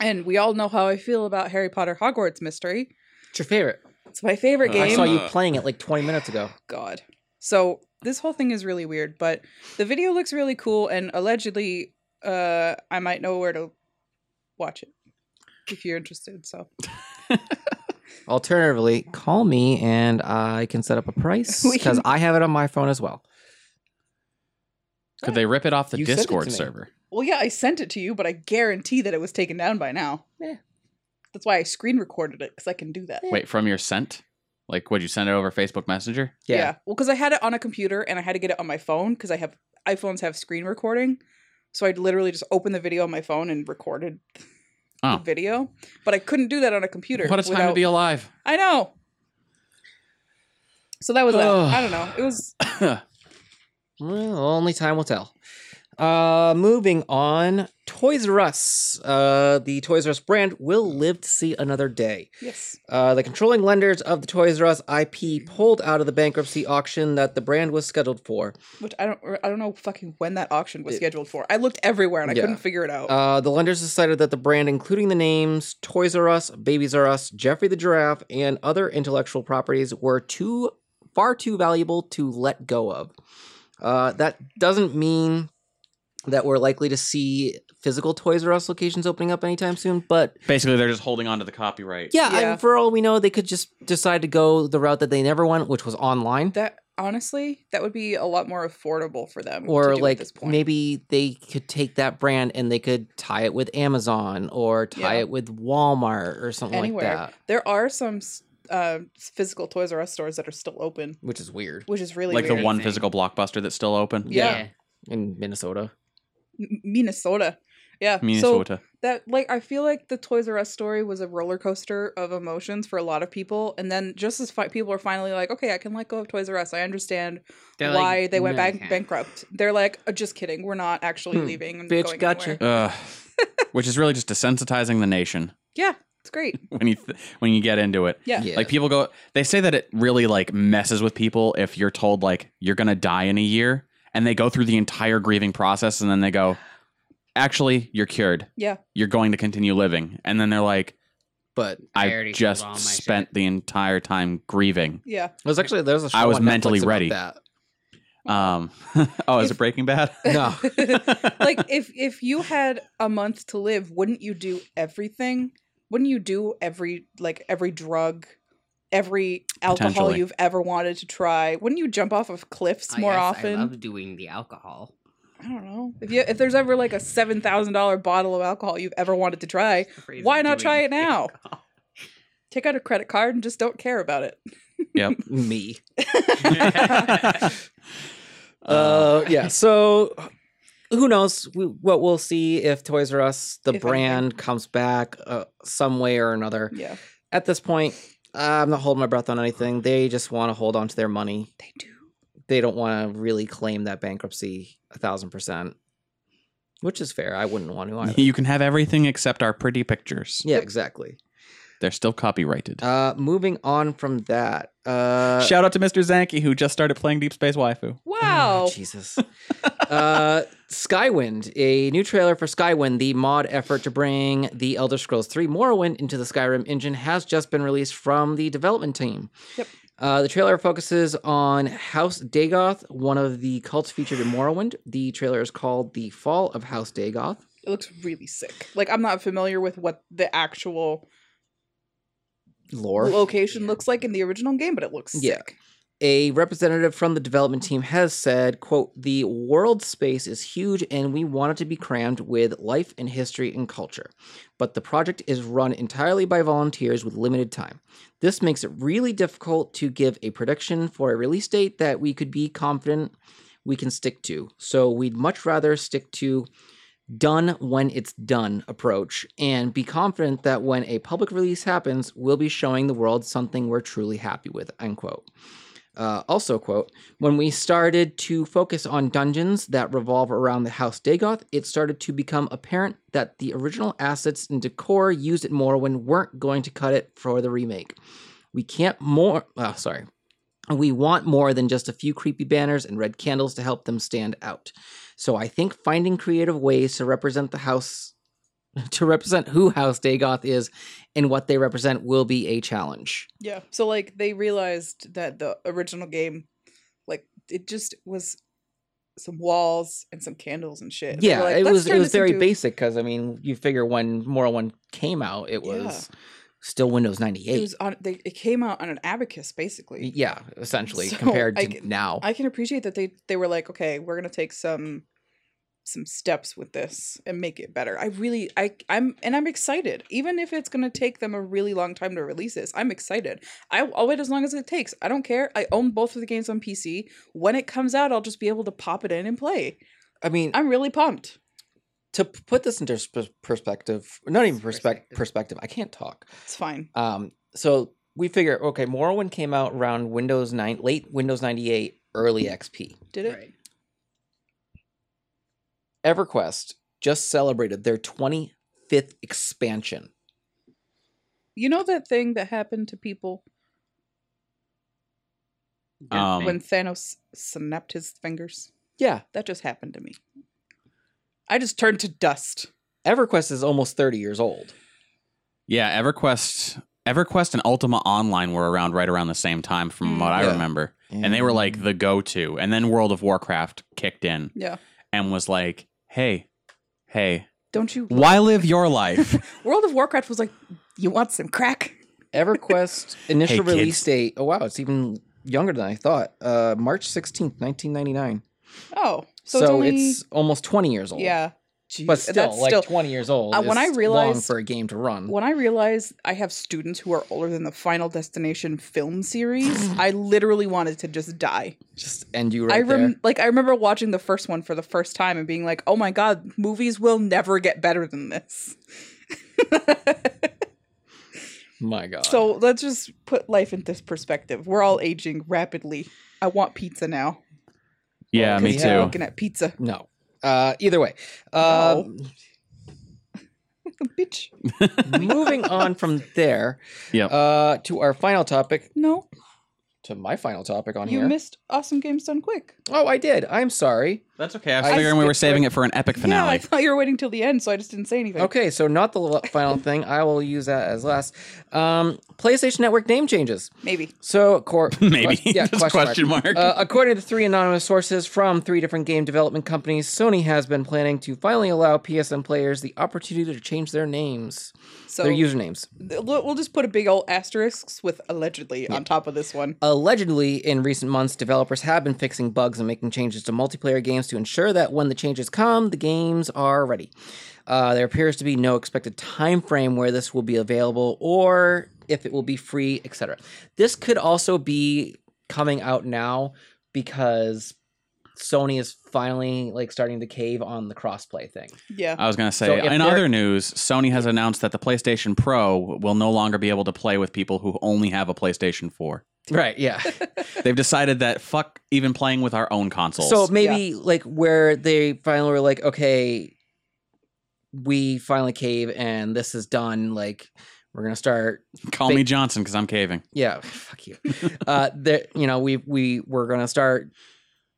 B: And we all know how I feel about Harry Potter Hogwarts Mystery.
D: It's your favorite.
B: It's my favorite
A: Uh,
B: game.
D: I saw you
A: Uh,
D: playing it like 20 minutes ago.
B: God. So this whole thing is really weird, but the video looks really cool, and allegedly, uh, I might know where to watch it if you're interested. So
D: Alternatively, call me and I can set up a price
B: We
D: because
B: can-
D: I have it on my phone as well.
A: Could they rip it off the
D: You sent it to
A: Discord
D: me.
A: server?
B: Well, yeah, I sent it to you, but I guarantee that it was taken down by now.
D: Yeah.
B: That's why I screen recorded it because I can do that.
A: Wait, from your sent? Like, would you send it over Facebook Messenger?
D: Yeah.
B: Well, because I had it on a computer and I had to get it on my phone because I have iPhones have screen recording, so I'd literally just open the video on my phone and recorded
A: Oh.
B: the video. But I couldn't do that on a computer.
A: What a time
B: without-
A: to be alive.
B: I know. So that was that.
A: Ugh.
B: I don't know. It was
D: Well, only time will tell. Uh, moving on, Toys R Us, uh, the Toys R Us brand will live to see another day.
B: yes.
D: Uh, the controlling lenders of the Toys R Us IP pulled out of the bankruptcy auction that the brand was scheduled for.
B: Which I don't. I don't know fucking when that auction was
D: It-
B: scheduled for. I looked everywhere and I
D: Yeah.
B: couldn't figure it out.
D: Uh, the lenders decided that the brand, including the names Toys R Us, Babies R Us, Jeffrey the Giraffe, and other intellectual properties, were too far too valuable to let go of. Uh, that doesn't mean that we're likely to see physical Toys R Us locations opening up anytime soon, but
A: Basically, they're just holding on to the copyright.
D: yeah, I
B: Yeah.
D: mean, for all we know, they could just decide to go the route that they never went, which was online.
B: that honestly, that would be a lot more affordable for them. to
D: or
B: do at
D: like
B: this point.
D: maybe they could take that brand and they could tie it with Amazon or tie
B: Yeah.
D: it with Walmart or something
B: Anywhere.
D: like that,
B: there are some s- uh, physical Toys R Us stores that are still open,
D: which is weird
B: which is really
C: like the
B: weird.
C: one
E: Amazing.
C: physical blockbuster that's still open.
B: Yeah.
D: in Minnesota.
B: M- Minnesota. Yeah. So
C: Minnesota.
B: that like I feel like the Toys R Us story was a roller coaster of emotions for a lot of people, and then just as fi- people are finally like, okay, I can let go of Toys R Us. I understand
E: They're like,
B: why they went
E: "No, you
B: bank-
E: can't."
B: bankrupt. They're like, "Uh, just kidding, we're not actually
D: Hmm.
B: leaving. And
D: Bitch,
B: going
D: gotcha.
B: anywhere."
C: Ugh. which is really just desensitizing the nation
B: It's great.
C: when you th- when you get into it.
B: Yeah.
C: Like people go, they say that it really like messes with people if you're told like you're gonna die in a year, and they go through the entire grieving process, and then they go, actually, you're cured.
B: Yeah.
C: you're going to continue living, and then they're like,
D: but
E: I
C: I
E: already
C: just
E: sold all my
C: spent
E: shit."
C: the entire time grieving.
B: Yeah.
D: it was actually there's a show
C: I was
D: on Netflix
C: mentally
D: about
C: ready.
D: That.
C: Um, oh, is
B: If-
C: it Breaking Bad?
D: No.
B: like if if you had a month to live, wouldn't you do everything? Wouldn't you do every like every drug, every alcohol
C: Potentially.
B: you've ever wanted to try? Wouldn't you jump off of cliffs
E: I
B: more
E: guess
B: often?
E: I love doing the alcohol.
B: I don't know. If you if there's ever like a seven thousand dollar bottle of alcohol you've ever wanted to try, Why not try it now? take out a credit card and just don't care about it.
D: me.
C: Uh,
D: Uh, yeah. So who knows we, what we'll see if Toys R Us, the
B: If anything.
D: brand, comes back uh, some way or another.
B: Yeah,
D: At this point, I'm not holding my breath on anything. They just want to hold on to their money.
B: they do.
D: They don't want to really claim that bankruptcy a thousand percent, which is fair. I wouldn't want to either.
C: you can have everything except our pretty pictures.
D: yeah, exactly.
C: They're still copyrighted.
D: Uh, moving on from that. Uh,
C: Shout out to Mr. Zanke who just started playing Deep Space Waifu.
B: Wow.
D: Oh, Jesus. uh, Skywind, a new trailer for Skywind, the mod effort to bring the Elder Scrolls 3 Morrowind into the Skyrim engine, has just been released from the development team.
B: Yep.
D: Uh, the trailer focuses on House Dagoth, one of the cults featured in Morrowind. The trailer is called The Fall of House Dagoth.
B: it looks really sick. Like I'm not familiar with what the actual
D: Lore.
B: location looks like in the original game, but it looks
D: Yeah.
B: sick.
D: a representative from the development team has said quote the world space is huge and we want it to be crammed with life and history and culture but the project is run entirely by volunteers with limited time this makes it really difficult to give a prediction for a release date that we could be confident we can stick to so we'd much rather stick to done when it's done approach and be confident that when a public release happens we'll be showing the world something we're truly happy with unquote uh, also, quote, when we started to focus on dungeons that revolve around the House Dagoth, it started to become apparent that the original assets and decor used at Morrowind weren't going to cut it for the remake. We can't more, oh, sorry. We want more than just a few creepy banners and red candles to help them stand out. So I think finding creative ways to represent the house, to represent who House Dagoth is and what they represent will be a challenge.
B: Yeah. So like they realized that the original game, like it just was some walls and some candles and shit. And they were
D: Yeah,
B: like,
D: it
B: "Let's
D: was it
B: turn
D: was
B: this
D: very
B: into-"
D: basic because I mean, you figure when Morrowind came out, it
B: Yeah.
D: was still Windows ninety
B: It
D: eight.
B: was on. They, it came out on an abacus, basically.
D: Yeah, essentially
B: So,
D: compared to
B: I can-
D: now.
B: I can appreciate that they they were like, okay, we're gonna take some some steps with this and make it better. I really I I'm and I'm excited. Even if it's gonna take them a really long time to release this, I'm excited. I I'll wait as long as it takes. I don't care. I own both of the games on PC. When it comes out, I'll just be able to pop it in and play.
D: I mean,
B: I'm really pumped.
D: to p- put this into sp- perspective, not even perspective. Perspective.
E: Perspective.
D: I can't talk.
B: It's fine.
D: Um, so we figure, okay, Morrowind came out around Windows nine, late Windows ninety eight, early XP.
B: Did it?
E: Right.
D: EverQuest just celebrated their twenty fifth expansion.
B: You know that thing that happened to people
C: Um,
B: when Thanos snapped his fingers?
D: Yeah,
B: That just happened to me. I just turned to dust.
D: EverQuest is almost thirty years old.
C: yeah, EverQuest, EverQuest, and Ultima Online were around right around the same time, from
B: Mm.
C: what
D: Yeah.
C: I remember, and they were like
E: Mm.
C: the go-to. And then World of Warcraft kicked in
B: Yeah.
C: and was like, "Hey, hey,
B: Don't you
C: why live your life?"
B: World of Warcraft was like, you want some crack?
D: EverQuest initial
C: Hey,
D: release
C: kids.
D: date. Oh wow, it's even younger than I thought. Uh, March 16th, 1999.
B: Oh, so,
D: So,
B: it's only
D: it's almost 20 years old.
B: yeah.
D: But
B: Jeez,
D: still,
B: that's
D: like
B: still-
D: 20 years old.
B: Uh, when
D: is
B: I
D: long
B: realized-
D: for a game to run.
B: When I realize I have students who are older than the Final Destination film series, I literally wanted to just die.
D: Just end you right
B: I
D: there.
B: rem- like I remember watching the first one for the first time and being like, "Oh my god, movies will never get better than this."
D: My God.
B: so let's just put life into this perspective. We're all aging rapidly. I want pizza now.
A: Yeah,
D: Well,
A: me
D: because
A: too.
D: you
B: I'm
D: have
B: looking at pizza,
D: no. Uh, either way. Uh,
B: bitch.
D: moving on from there
A: Yep.
D: uh, to our final topic,
B: No,
D: to my final topic on
B: you
D: here.
B: missed awesome games done quick.
D: oh, I did. I'm sorry.
A: That's okay. I was
D: I
A: figuring we were
D: skipped
A: saving it for an epic
B: Yeah,
A: finale.
B: I thought you were waiting till the end, so I just didn't say anything.
D: Okay, so not the la- final thing. I will use that as last. Um, PlayStation Network name changes.
B: maybe.
D: So, cor-
A: Maybe.
D: que- yeah,
A: That's
D: question, mark.
A: question mark.
D: Uh, according to three anonymous sources from three different game development companies, Sony has been planning to finally allow PSN players the opportunity to change their names,
B: So
D: their usernames.
B: th- we'll we'll just put a big old asterisk with allegedly on top of this one.
D: Allegedly, in recent months, developers have been fixing bugs and making changes to multiplayer games to ensure that when the changes come, the games are ready. Uh, there appears to be no expected time frame where this will be available or if it will be free, etc. This could also be coming out now because Sony is finally like starting to cave on the crossplay thing.
B: Yeah.
A: I was going to say,
D: So if
A: in
D: there-
A: other news, Sony has announced that the PlayStation Pro will no longer be able to play with people who only have a PlayStation 4.
D: Right, yeah.
A: They've decided that fuck even playing with our own consoles.
D: So maybe like where they finally were like, okay, we finally cave and this is done. Like we're gonna start.
A: Call me Johnson because I'm caving.
D: Yeah, fuck you. uh, that you know we we we're gonna start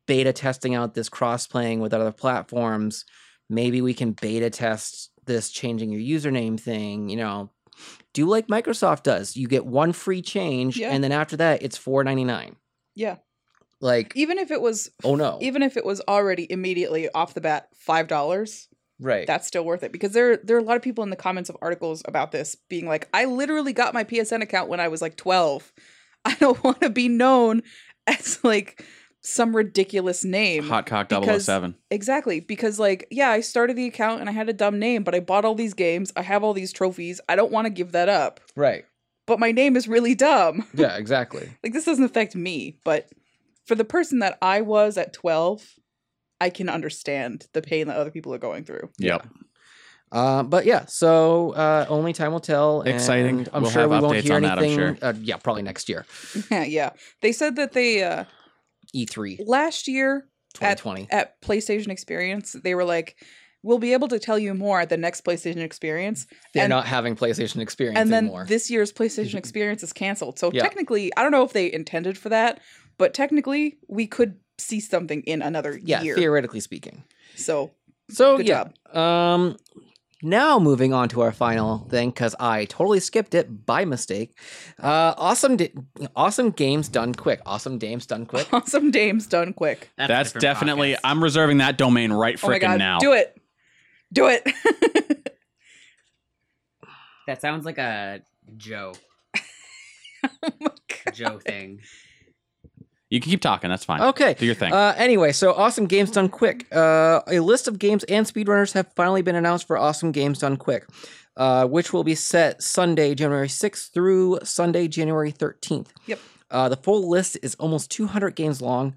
D: beta testing out this cross playing with other platforms. Maybe we can beta test this changing your username thing. You know, do like Microsoft does. You get one free change,
B: Yeah.
D: and then after that, it's four ninety nine.
B: Yeah.
D: Like
B: Even if it was
D: oh no,
B: even if it was already immediately off the bat five dollars
D: right?
B: that's still worth it because there there are a lot of people in the comments of articles about this being like i literally got my psn account when i was like 12 i don't want to be known as like some ridiculous name
A: Hot cock
B: Because-
A: 007.
B: exactly because like yeah i started the account and i had a dumb name but i bought all these games i have all these trophies i don't want to give that up
D: right.
B: but my name is really dumb
D: Yeah, exactly.
B: like this doesn't affect me but for the person that i was at 12 i can understand the pain that other people are going through
A: Yep.
D: Uh, but yeah, so uh, only time will tell.
A: Exciting.
D: and I'm
A: We'll
D: sure
A: have
D: we won't
A: updates
D: hear
A: on that, I'm
D: anything.
A: sure.
D: Uh, yeah, probably next year. E
B: yeah yeah they said that they uh
D: E3
B: last year at,
D: 2020.
B: at playstation experience they were like we'll be able to tell you more at the next playstation experience
D: They're
B: and-
D: not having PlayStation Experience
B: and then
D: anymore.
B: this year's playstation experience is canceled so
D: Yeah.
B: technically i don't know if they intended for that but technically we could see something in another
D: yeah,
B: year
D: theoretically speaking.
B: so
D: So
B: Good
D: yeah. Um, now moving on to our final thing because I totally skipped it by mistake. Uh, awesome, di- awesome games done quick. Awesome games done quick.
B: awesome dames done quick
E: That's, a
A: That's
E: different
A: definitely,
E: podcast.
A: I'm reserving that domain right
B: oh my
A: freaking
B: god
A: now.
B: do it do it Oh
E: That sounds like a Joe
B: oh my god
E: Joe thing.
A: You can keep talking. That's fine.
D: Okay.
A: Do your thing.
D: Uh, anyway, so Awesome Games Done Quick. Uh, a list of games and speedrunners have finally been announced for Awesome Games Done Quick, uh, which will be set Sunday, January 6th through Sunday, January 13th.
B: Yep.
D: Uh, the full list is almost 200 games long,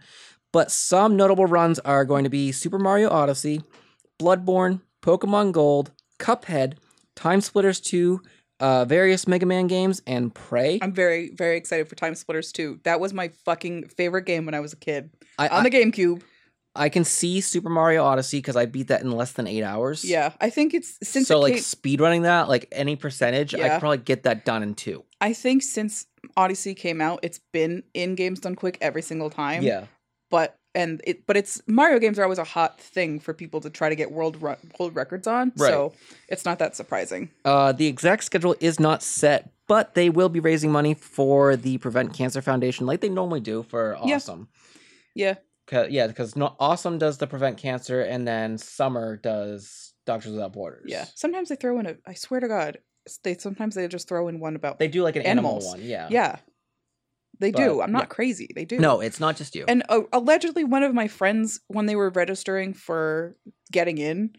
D: but some notable runs are going to be Super Mario Odyssey, Bloodborne, Pokemon Gold, Cuphead, Time Splitters 2, uh, various Mega Man games, and Prey.
B: I'm very, very excited for Time Splitters 2. That was my fucking favorite game when I was a kid.
D: I,
B: On the
D: I,
B: GameCube.
D: I can see Super Mario Odyssey because I beat that in less than eight hours.
B: Yeah. I think it's since
D: so
B: it
D: like
B: came-
D: speed running that like any percentage i
B: Yeah.
D: could probably get that done in two
B: I think since Odyssey came out, it's been in games done quick every single time.
D: yeah
B: But and it but it's Mario games are always a hot thing for people to try to get world ru- world records on.
D: Right.
B: So it's not that surprising.
D: uh, the exact schedule is not set but they will be raising money for the prevent cancer foundation like they normally do for
B: Yeah.
D: awesome
B: Yeah.
D: 'Cause- yeah because awesome does the prevent cancer and then summer does doctors without borders
B: Yeah. Sometimes they throw in a I swear to God, s- they sometimes they just throw in one about
D: they do like an animal
B: Animals.
D: one yeah
B: Yeah. They do.
H: But,
B: I'm not crazy. They do.
H: No, it's not just you.
B: And uh, allegedly, one of my friends, when they were registering for getting in,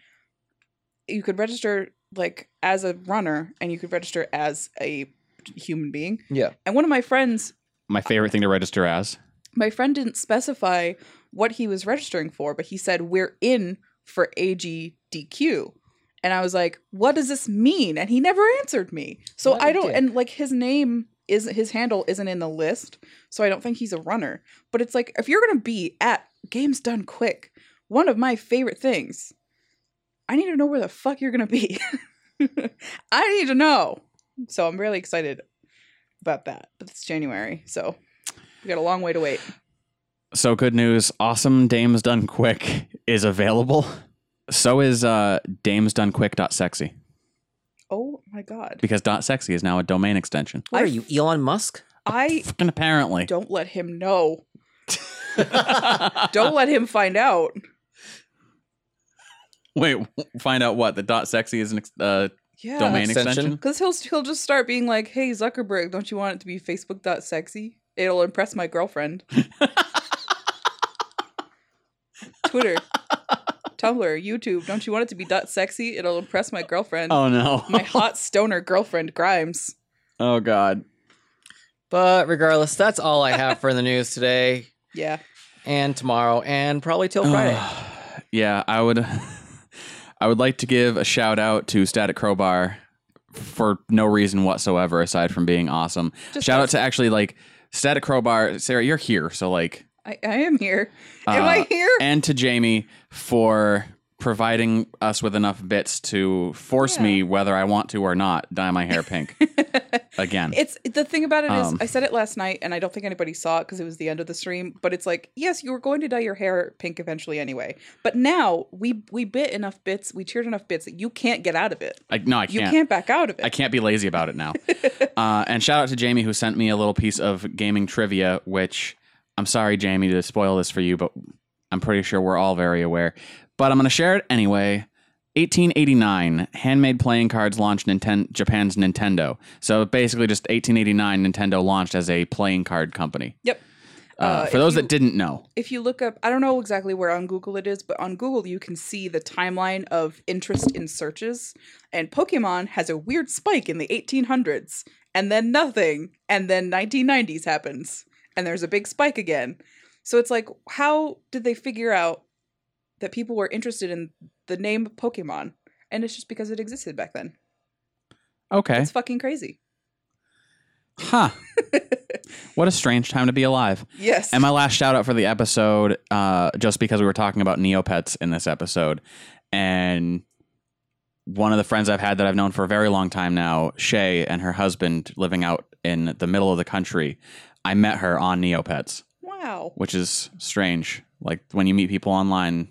B: you could register like as a runner, and you could register as a human being.
D: Yeah.
B: And one of my friends,
A: My favorite thing to register as.
B: my friend didn't specify what he was registering for, but he said we're in for AGDQ. And I was like, "What does this mean?" And he never answered me. So
H: What a
B: I don't.
H: dick.
B: And like his name is his handle isn't in the list, so I don't think he's a runner. But it's like if you're gonna be at Games Done Quick, one of my favorite things, I need to know where the fuck you're gonna be. I need to know. So I'm really excited about that. But it's January, so we got a long way to wait.
A: So good news. Awesome Dames Done Quick is available. So is uh, damesdonequick.sexy
B: Oh my god.
A: because dot .sexy is now a domain extension.
H: what
B: I-
H: are you, Elon Musk?
B: I
A: Fucking apparently.
B: don't let him know.
A: Don't
B: Don't let him find out.
A: Wait, find out what the dot .sexy is an ex- uh,
B: Yeah.
A: domain
D: Extension.
A: extension.
B: Cuz he'll he'll just start being like, "Hey Zuckerberg, don't you want it to be facebook.sexy? It'll impress my girlfriend." Twitter, Tumblr, YouTube, don't you want it to be dot .sexy? It'll impress my girlfriend.
A: Oh no.
B: My hot stoner girlfriend Grimes.
A: oh god.
D: But regardless, that's all I have for the news today
B: Yeah.
D: and tomorrow and probably
B: Oh,
D: till Friday.
A: yeah, I would I would like to give a shout out to Static Crowbar for no reason whatsoever aside from being awesome.
B: Just
A: shout out to actually like Static Crowbar, Sarah, you're here, so like
B: I, I am here. Am
A: uh,
B: I here?
A: and to Jamie for providing us with enough bits to force
B: Yeah.
A: me whether I want to or not dye my hair pink again.
B: It's the thing about it is,
A: Um,
B: I said it last night, and I don't think anybody saw it because it was the end of the stream. But it's like, yes, you were going to dye your hair pink eventually anyway. But now we we bit enough bits, we cheered enough bits that you can't get out of it.
A: I, no, I
B: You can't back out of it.
A: I can't be lazy about it now. uh, and shout out to Jamie who sent me a little piece of gaming trivia, which I'm sorry, Jamie, to spoil this for you, but I'm pretty sure we're all very aware. But I'm going to share it anyway. 1889, handmade playing cards launched Ninten- Japan's Nintendo. So basically, just 1889, Nintendo launched as a playing card company.
B: Yep.
A: Uh,
B: Uh,
A: for
B: if
A: those
B: you-
A: that didn't know,
B: If you look up, I don't know exactly where on Google it is, but on Google you can see the timeline of interest in searches. And Pokemon has a weird spike in the 1800s, and then nothing, and then 1990s happens, and there's a big spike again. So it's like, how did they figure out that people were interested in the name of Pokemon? And it's just because it existed back then.
A: okay,
B: It's fucking crazy.
A: huh? what a strange time to be alive.
B: Yes.
A: And my last shout out for the episode, uh, just because we were talking about Neopets in this episode, and one of the friends I've had that I've known for a very long time now, Shay and her husband living out in the middle of the country, I met her on Neopets,
B: wow.
A: which is strange. Like when you meet people online,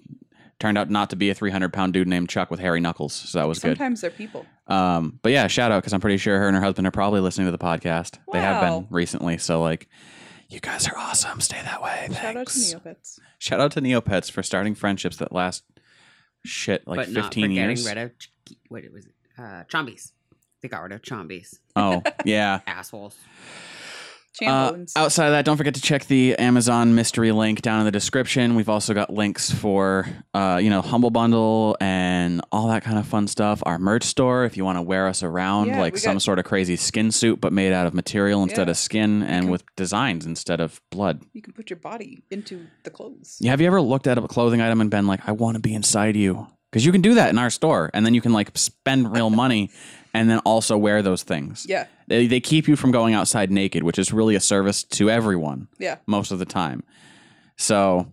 A: turned out not to be a 300 pound dude named Chuck with hairy knuckles, so that was good.
B: Sometimes they're people.
A: Um, but yeah, shout out because I'm pretty sure her and her husband are probably listening to the podcast. They have
B: Wow.
A: been recently, so like. You guys are awesome. Stay that way.
B: Shout out to
A: Thanks.
B: Neopets.
A: Shout out to Neopets for starting friendships that last shit like
E: but not for
A: 15
E: getting
A: years.
E: rid of Ch- what was it? Uh, Chombies. They got rid of Chombies.
A: oh, yeah.
E: Assholes.
A: Uh,
B: Chambones.
A: outside of that, don't forget to check the Amazon mystery link down in the description. We've also got links for, uh, you know, Humble Bundle and all that kind of fun stuff. Our merch store, if you want to wear us around,
B: Yeah,
A: like
B: we
A: some
B: got-
A: sort of crazy skin suit, but made out of material instead
B: Yeah.
A: of skin and
B: can-
A: with designs instead of blood.
B: you can put your body into the clothes.
A: Yeah, have you ever looked at a clothing item and been like, I want to be inside you? Because you can do that in our store, and then you can like spend real money and then also wear those things.
B: Yeah.
A: They, they keep you from going outside naked, which is really a service to everyone
B: Yeah.
A: most of the time. So,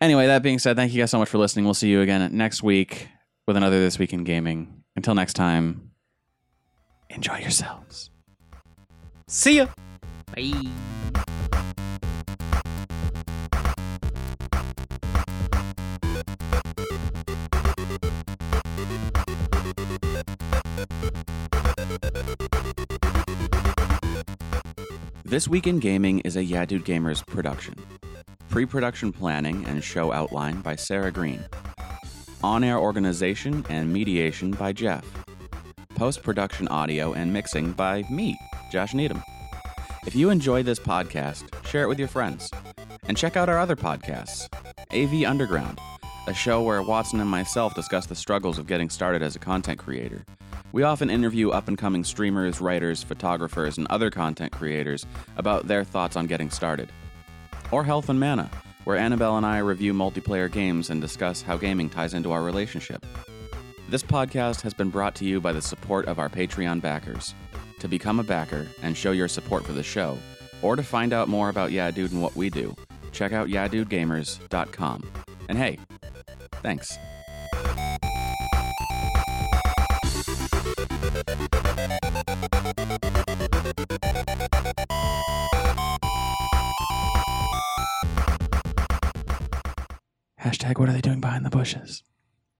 A: anyway, that being said, thank you guys so much for listening. We'll see you again next week with another This Week in Gaming. Until next time, enjoy yourselves.
D: See ya.
E: Bye.
I: This Week in Gaming is a Yeah Dude Gamers production. Pre production planning and show outline by Sarah Green. On air organization and mediation by Jeff. Post production audio and mixing by me, Josh Needham.
A: If you enjoyed this podcast, share it with your friends. And check out our other podcasts AV Underground, a show where Watson and myself discuss the struggles of getting started as a content creator. We often interview up and coming streamers, writers, photographers, and other content creators about their thoughts on getting started. Or Health and Mana, where Annabelle and I review multiplayer games and discuss how gaming ties into our relationship. This podcast has been brought to you by the support of our Patreon backers. To become a backer and show your support for the show, or to find out more about Yeah Dude and what we do, check out YadudeGamers.com. And hey, thanks.
C: Hashtag what are they doing behind the bushes?